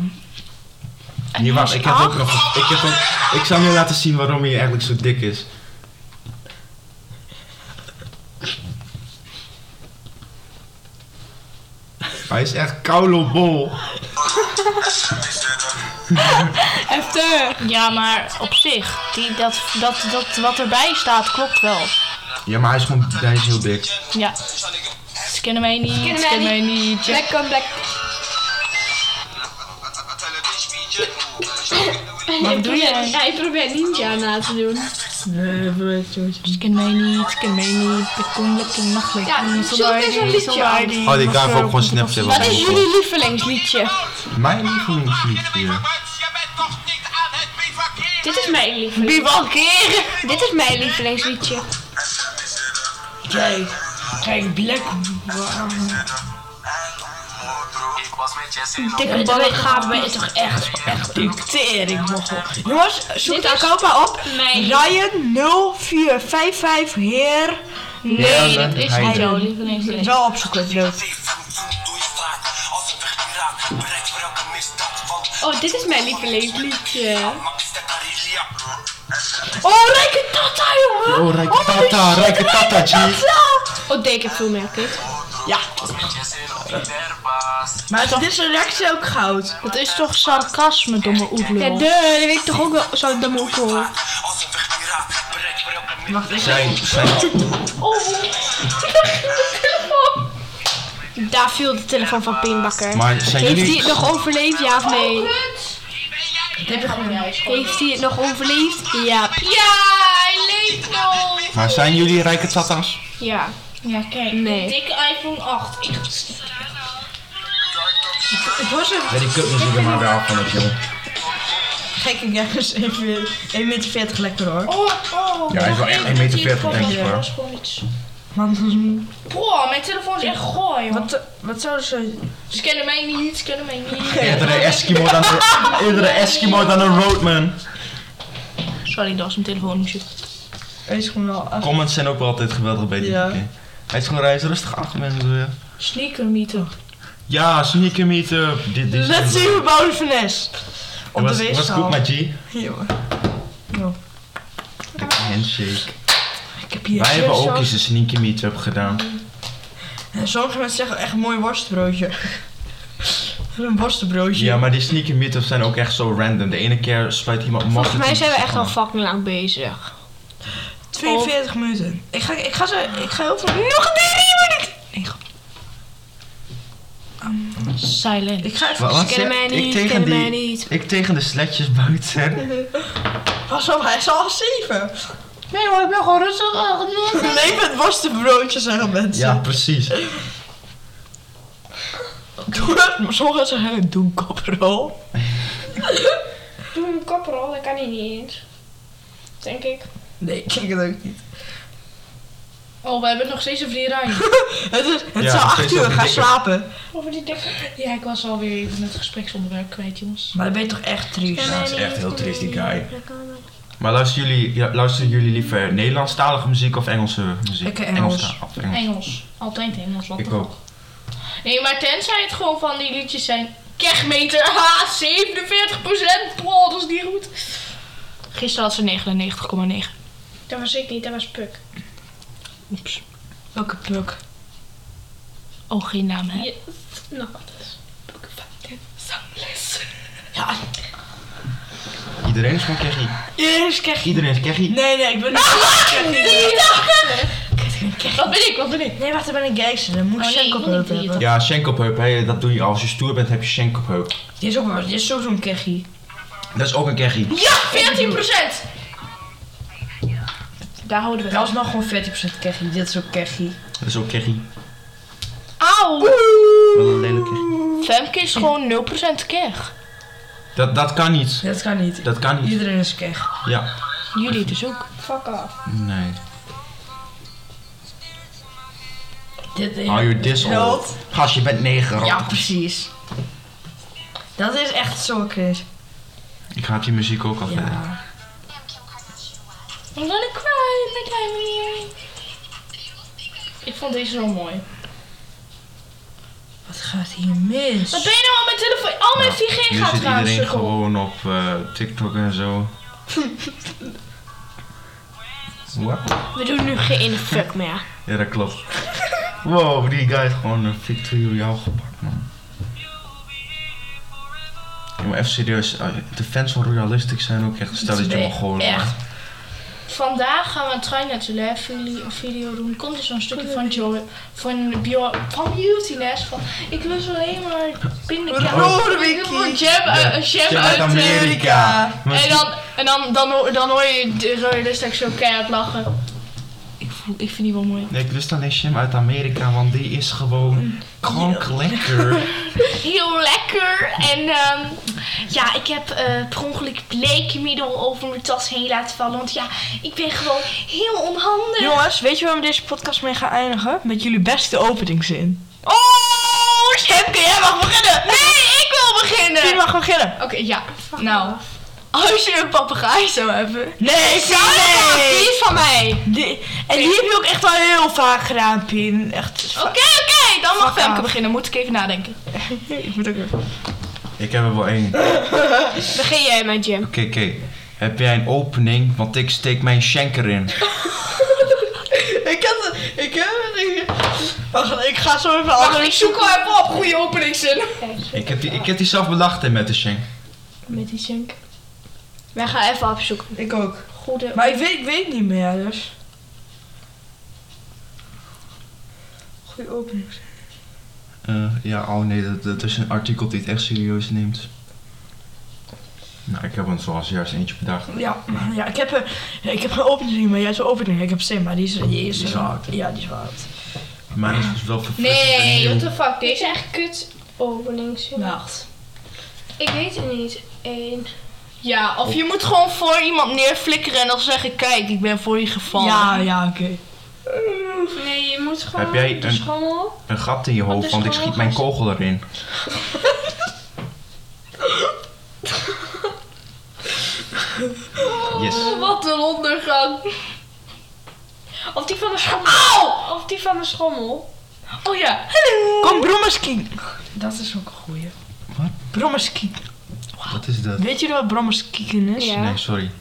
B: Hier, wacht, ik heb ook nog. Ik, heb ook, ik zal nu laten zien waarom hij eigenlijk zo dik is. Hij is echt koulobol.
C: Heftig. Ja, maar op zich, die, dat, dat, dat wat erbij staat klopt wel.
B: Ja, maar hij is gewoon. Hij is heel dik.
C: Ja. kennen mij niet,
D: kennen mij
C: kennen mij niet. Ja.
D: Black on black.
C: Wat doe jij?
D: Hij probeert ninja na te doen.
A: Eh,
C: Ze kennen mij niet, ze kennen mij niet. Ik kom lekker nachtelijk.
D: Ja, zoek eens een liedje aan.
B: Oh, die kan
A: eh,
B: ook gewoon Snapchat
D: Wat is jullie lievelingsliedje?
B: Mijn lievelingsliedje.
D: Dit is mijn lievelingsliedje. Dit is mijn lievelingsliedje.
A: Kijk, kijk, Black.
D: Dikke ballen gaat bij toch echt.
A: Tering nog Jongens, zoek
D: Dit
A: de
D: is
A: accountbaar op.
D: Mijn
A: Ryan 0455 heer.
D: Nee, dat is
B: Hij
D: niet
B: dan.
D: jouw lievelingsliedje.
A: Wel opzoeken, leuk.
D: Oh, dit is mijn lievelingsliedje.
A: Oh, Rijke Tata, jongen!
B: Oh, rijke tata, rijke tata, G.
D: Oh, dekenvloer merk ik.
A: Ja, maar dit is een reactie ook goud.
C: Dat is toch sarcasme, domme oetlul.
D: Ja, de, dat weet ik toch ook wel. Zo, dat moet ik hoor.
B: Zijn, zijn,
D: Daar viel de telefoon van Pinbakker.
B: maar zijn
D: Heeft hij
B: jullie...
D: het nog overleefd, ja of nee?
C: Dit heb ik gewoon juist.
D: Heeft hij het nog overleefd? Ja.
C: Ja, hij leeft nog!
B: Maar zijn jullie rijke tata's?
D: Ja.
C: Ja, kijk.
D: Nee.
C: Dikke iPhone 8. Ik...
A: Ik was een
B: Ja, die kutmuziek er maar weer af van het jong.
A: gekke games, 1,40 meter lekker hoor.
C: Oh, oh.
B: Ja, hij is wel echt 1,40 meter, denk ik, hoor.
A: Want,
C: Boah, mijn telefoon is echt gooi, joh.
A: wat, wat zouden ze...
C: Ze kennen mij niet, ze kennen mij niet.
B: Eerder een Eskimo dan een, eerder een, Eskimo dan een Roadman.
C: Sorry, dat was mijn telefoonnummer.
A: Wees gewoon wel... af-
B: Comments zijn ook wel altijd geweldig bij dit
A: Ja.
B: keer. Hij is gewoon reis rustig achter mensen. weer.
C: Sneaker meetup.
B: Ja, sneaker meetup. eh, Dit, dit is
A: Let's see who bouwt van S. Op de
B: was, was goed
A: weegschaal.
B: met G.
A: Jongen,
B: Handshake.
A: Ik heb hier
B: Wij hebben
A: zo'n-
B: ook eens een sneaker meetup gedaan.
A: Sommige mensen zeggen echt een mooi worstenbroodje. een worstenbroodje.
B: Ja, maar die sneaker meetups zijn ook echt zo random. De ene keer sluit iemand
D: Volgens mij zijn we echt al fucking lang bezig.
A: 42 minuten. Ik ga, ik ga ze, ik ga heel veel... Nog 3 minuten! Ik ga,
C: Silent.
A: ik ga even...
B: Wat,
D: Ze kennen mij
B: Ik
D: niet, ze
B: tegen
D: kennen
B: die-
D: mij niet.
B: Ik tegen de sletjes buiten.
A: Pas op, hij is al 7. Nee hoor, ik ben gewoon rustig. eh, Nee, met worstenbroodje zeggen mensen.
B: Ja, precies.
A: Doe het, maar sommigen zeggen doe een koprol.
D: Doe een koprol, dat kan hij niet eens. Denk ik.
A: Nee, ik denk het ook niet.
C: Oh, we hebben nog steeds een vrije ruimte.
A: Het, is, het
B: Ja,
A: zou
B: nog
A: 8
B: steeds
A: uur,
B: ook
A: ga
B: dikker.
A: slapen.
D: Over die dikke.
C: Ja, ik was alweer even het gespreksonderwerp kwijt, jongens.
A: Maar dan ben je toch echt triest.
B: Ja, het is echt heel triest, die guy. Maar luisteren jullie, ja, luisteren jullie liever Nederlandstalige muziek of Engelse muziek?
A: Ik Engels.
B: Engelsta- of Engels.
C: Engels. Altijd Engels. Wat
B: Ik
C: de-
B: ook.
C: Nee, maar tenzij het gewoon van die liedjes zijn. Kegmeter, ha, 47%. Bro, dat is niet goed. Gisteren had ze 99,9.
D: Dat was ik niet, dat was Puk.
C: Oeps.
A: Welke puk.
C: Oh, geen naam, hè?
D: Nog Nou, wat is. Puk van dit zangles.
B: Iedereen is van Keggy.
A: Eerst krijg je...
B: Iedereen is Keggy.
A: Nee, nee, ik ben niet...
C: Oh, Wat ben ik, wat ben ik?
A: Nee, wacht, dan ben ik gangster. Dan moet ik
C: Oh, nee,
A: Shank
C: ik
A: op
C: wil
A: hulp
C: niet
A: hebben.
B: Ja, shank op heup. hè. Dat doe je als je stoer bent, heb je shank op heup.
A: Dit is ook wel, dit is sowieso een keggie.
B: Dat is ook een Keggy.
C: Ja, 14%! Daar houden we
A: Dat is nog gewoon 40% keggie, dit is ook keggie.
B: Dat is ook Keggy.
C: Auw!
B: Wat een lelijk Keggy.
C: Femke is gewoon 0% keg.
B: Dat, dat kan niet.
A: Dat kan niet.
B: Dat kan niet.
A: Iedereen is keg.
B: Ja.
C: Jullie dus ook.
D: Fuck off.
B: Nee.
A: Dit is...
B: Hou je dis op.
A: Rood.
B: Gast, je bent neger.
A: Ja, precies. Dat is echt zo cringe.
B: Ik haat die muziek ook al verder.
A: Ja.
C: I'm gonna cry my time here. Ik vond deze wel mooi.
A: Wat gaat hier mis?
C: Wat ben je nou aan mijn telefoon? Al mijn 4G
B: Nu
C: gaat
B: zit
C: trouwens.
B: iedereen
C: sukkel.
B: gewoon op eh, TikTok en zo. Wat?
D: We doen nu geen fuck meer.
B: Ja, dat klopt. Wow, die guy heeft gewoon een victoriaal gepakt, man. Ja, maar even serieus, eh, de fans van Royalistic zijn ook echt een stelletje
A: ben je
B: Mongolen.
A: echt.
B: man.
C: Vandaag gaan we een try natuurlijk video, video doen. Komt dus een stukje van Joy, van, bio, van Beauty Nest. Van, ik lust alleen maar pindakaas.
A: Rode Wiki.
C: Ik wil jam, eh, een jam
E: Jam uit
C: uit eh,
E: Amerika.
C: En dan, en dan, dan, hoor- dan hoor je de rode lust ook zo keihard lachen. Ik, voel, ik vind die wel mooi.
B: Nee, ik lust alleen Shim uit Amerika, want die is gewoon krank lekker.
C: Heel lekker. En ehm, ja, ik heb eh per ongeluk bleekmiddel over mijn tas heen laten vallen. Want ja, ik ben gewoon heel onhandig.
A: Jongens, weet je waar we deze podcast mee gaan eindigen? Met jullie beste openingszin.
C: Oh, Shemke, jij mag beginnen. Nee, ik wil beginnen.
A: Wie mag
C: Oké,
A: beginnen?
C: ja. Nou, als je een papegaai zou hebben.
A: Nee, Pien, nee!
D: Die is van mij.
A: Die- en die heb je ook echt al heel vaak gedaan, Pien. Echt.
C: Oké, oké, dan mag
A: Fuck
C: Femke
A: off.
C: beginnen. Moet ik even nadenken.
A: Ik moet ook weer.
B: Ik heb er wel één. Oké,
D: Begin jij met Jim.
B: oké. Heb jij een opening? Want ik steek mijn shank erin.
A: Ik heb het. Ik heb het. Wacht, ik ga zo even andere.
C: ik zoek wel even op. Goede openingszin.
B: Ik heb die, ik heb die zelf bedacht hè, met de shank.
D: Met die junk. Wij gaan even opzoeken.
A: Ik ook.
D: Goede.
A: Maar ik weet, ik weet niet meer, dus. Goeie opening.
B: Eh, ja, oh nee, dat, dat is een artikel die het echt serieus neemt. Nou, ik heb er zoals juist eentje bedacht.
A: Ja, ja ik, heb, eh, ik heb geen opening meer. Jij hebt een opening. Ik heb Sim, maar die is, die is,
B: Die is hard.
A: Ja, die is hard.
B: Maar dat is wel verfrissend
C: Nee,
B: en
C: what
B: nieuw.
C: the fuck.
D: Dit is
C: Deze Oh,
D: echt kut openings.
A: Wacht.
D: Ik weet het niet. Eén.
C: Ja, of je moet gewoon voor iemand neerflikkeren en dan zeggen, kijk, ik ben voor je gevallen.
A: Ja, ja, oké.
D: Nee, je moet gewoon
B: Heb jij
D: de
B: een-
D: schommel.
B: Een gat in je
D: Want
B: hoofd,
D: er
B: want ik
D: is
B: schiet
D: gewoon
B: mijn
D: gas-
B: kogel erin. Yes.
C: Wat een ondergang.
D: Of die van de schommel. Auw! Of die van de schommel.
C: Oh ja.
A: Kom, Brommerski. Dat is ook een goeie.
B: Wat?
A: Brommerski.
B: Wat is dat?
A: Weet je wat Brommerskieken is?
D: Ja.
B: Nee, sorry.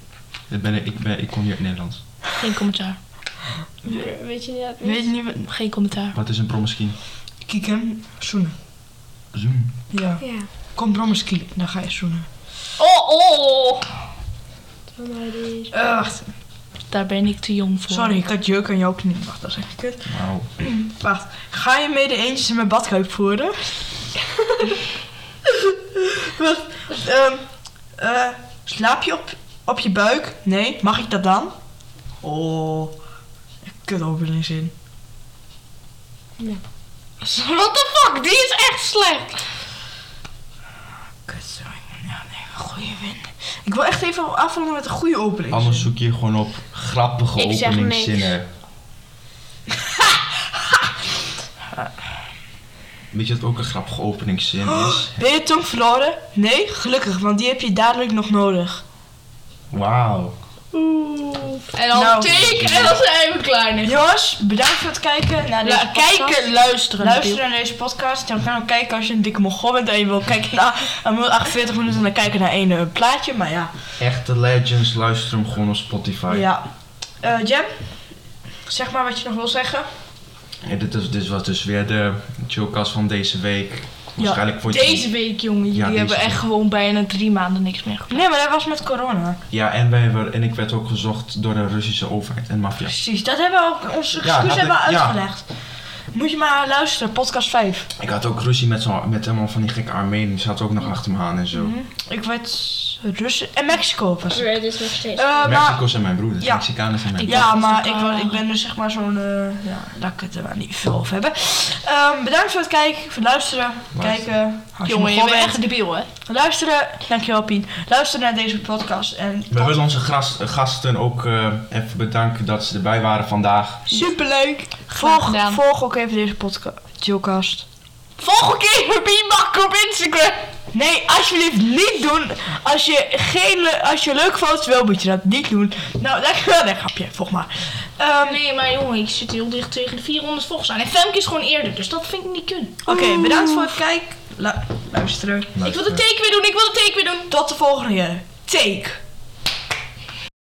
B: Ik, ben, ik, ben, ik kom hier uit Nederland.
C: Geen commentaar.
D: Weet je niet dat?
A: Weet je niet wat...
C: Geen commentaar.
B: Wat is een brommerskien?
A: Kieken, zoenen.
B: Zoen.
A: Ja.
D: Ja.
A: Kom, Brommerski. Dan ga je zoenen.
C: Oh, oh.
D: Van mij die.
A: Echt.
C: Daar ben ik te jong voor.
A: Eh, Sorry, ik had jeuk aan jouw knie. Wacht, dat is echt kut.
B: Wauw.
A: Wacht. Ga je mede eentjes in mijn badkuip voeren? Wacht. ehm, eh, slaap je op, op je buik? Nee. Mag ik dat dan? Oh. Kut opening in.
C: What the fuck, die is echt slecht.
A: Kut, sorry. Ja, nee. een Goeie win. Ik wil echt even afronden met een goede opening.
B: Anders zoek je gewoon op grappige
D: Ik zeg
B: openingszinnen. Weet je wat ook een grappige openingszin is?
A: Ben je tong verloren? Nee, gelukkig, want die heb je dadelijk nog nodig.
B: Wauw.
C: En dan
A: Nou.
C: tik en dan zijn we klaar. Nee.
A: Jongens, bedankt voor het kijken naar deze
C: La-
A: podcast.
C: kijken, luisteren.
A: Luister naar deze podcast. Dan kan je ook kijken als je een dikke mogol bent en je wil kijken naar en wil 48 minuten en dan kijken naar één eh, plaatje. Maar ja,
B: Echte legends, luister hem gewoon op Spotify.
A: ja. Eh, Jam, zeg maar wat je nog wil zeggen.
B: En dit, is, dit was dus weer de chillcast van deze week. Waarschijnlijk voor
C: Deze week, jongen.
B: Ja,
C: Jullie
B: deze
C: hebben echt
B: week.
C: gewoon bijna drie maanden niks meer gedaan.
A: Nee, maar dat was met corona.
B: Ja, en, wij were- en ik werd ook gezocht door de Russische overheid en maffia.
A: Precies, dat hebben we ook, onze
B: Ja,
A: excuus
B: dat
A: hebben we
B: ik- ja.
A: uitgelegd. Moet je maar luisteren, podcast 5.
B: Ik had ook ruzie met, zo, met helemaal van die gekke Armenen. Die zaten ook nog
A: Mhm.
B: achter me aan en zo.
A: Ik werd Russen en Mexico pas. Eh,
D: Red is nog steeds.
A: maar,
B: Mexico zijn mijn broeders,
A: Ja.
B: Mexicanen zijn mijn broeders.
A: ja, maar ik, wa- ik ben dus zeg maar zo'n... eh, ja, daar kunnen we het er niet veel over hebben. Ehm, bedankt voor het kijken, voor het luisteren,
B: Luisteren.
A: kijken. Als je
C: Jongen, je
A: mogol
C: bent
A: bent.
C: echt debiel, hè?
A: Luisteren, dankjewel Pien. Luister naar deze podcast en
B: We willen onze gras- gasten ook eh, even bedanken dat ze erbij waren vandaag.
A: superleuk.
C: Graag
A: Volg,
C: gedaan.
A: volg ook even deze podcast, Chillcast.
C: Volgende keer Pien Bakker op Instagram.
A: Nee, alsjeblieft niet doen. Als je, geen, le- als je leuke foto's wil, moet je dat niet doen. Nou, dankjewel. Nee, grapje, volg maar. Ehm,
C: Nee, maar jongen, ik zit heel dicht tegen de 400 volgers aan. En Femke is gewoon eerder, dus dat vind ik niet Oh. kunnen.
A: Oké, bedankt voor het kijken. Lu- luisteren.
C: Nou. Ik wil de take weer doen, ik wil de take weer doen.
A: Tot de volgende keer. Take.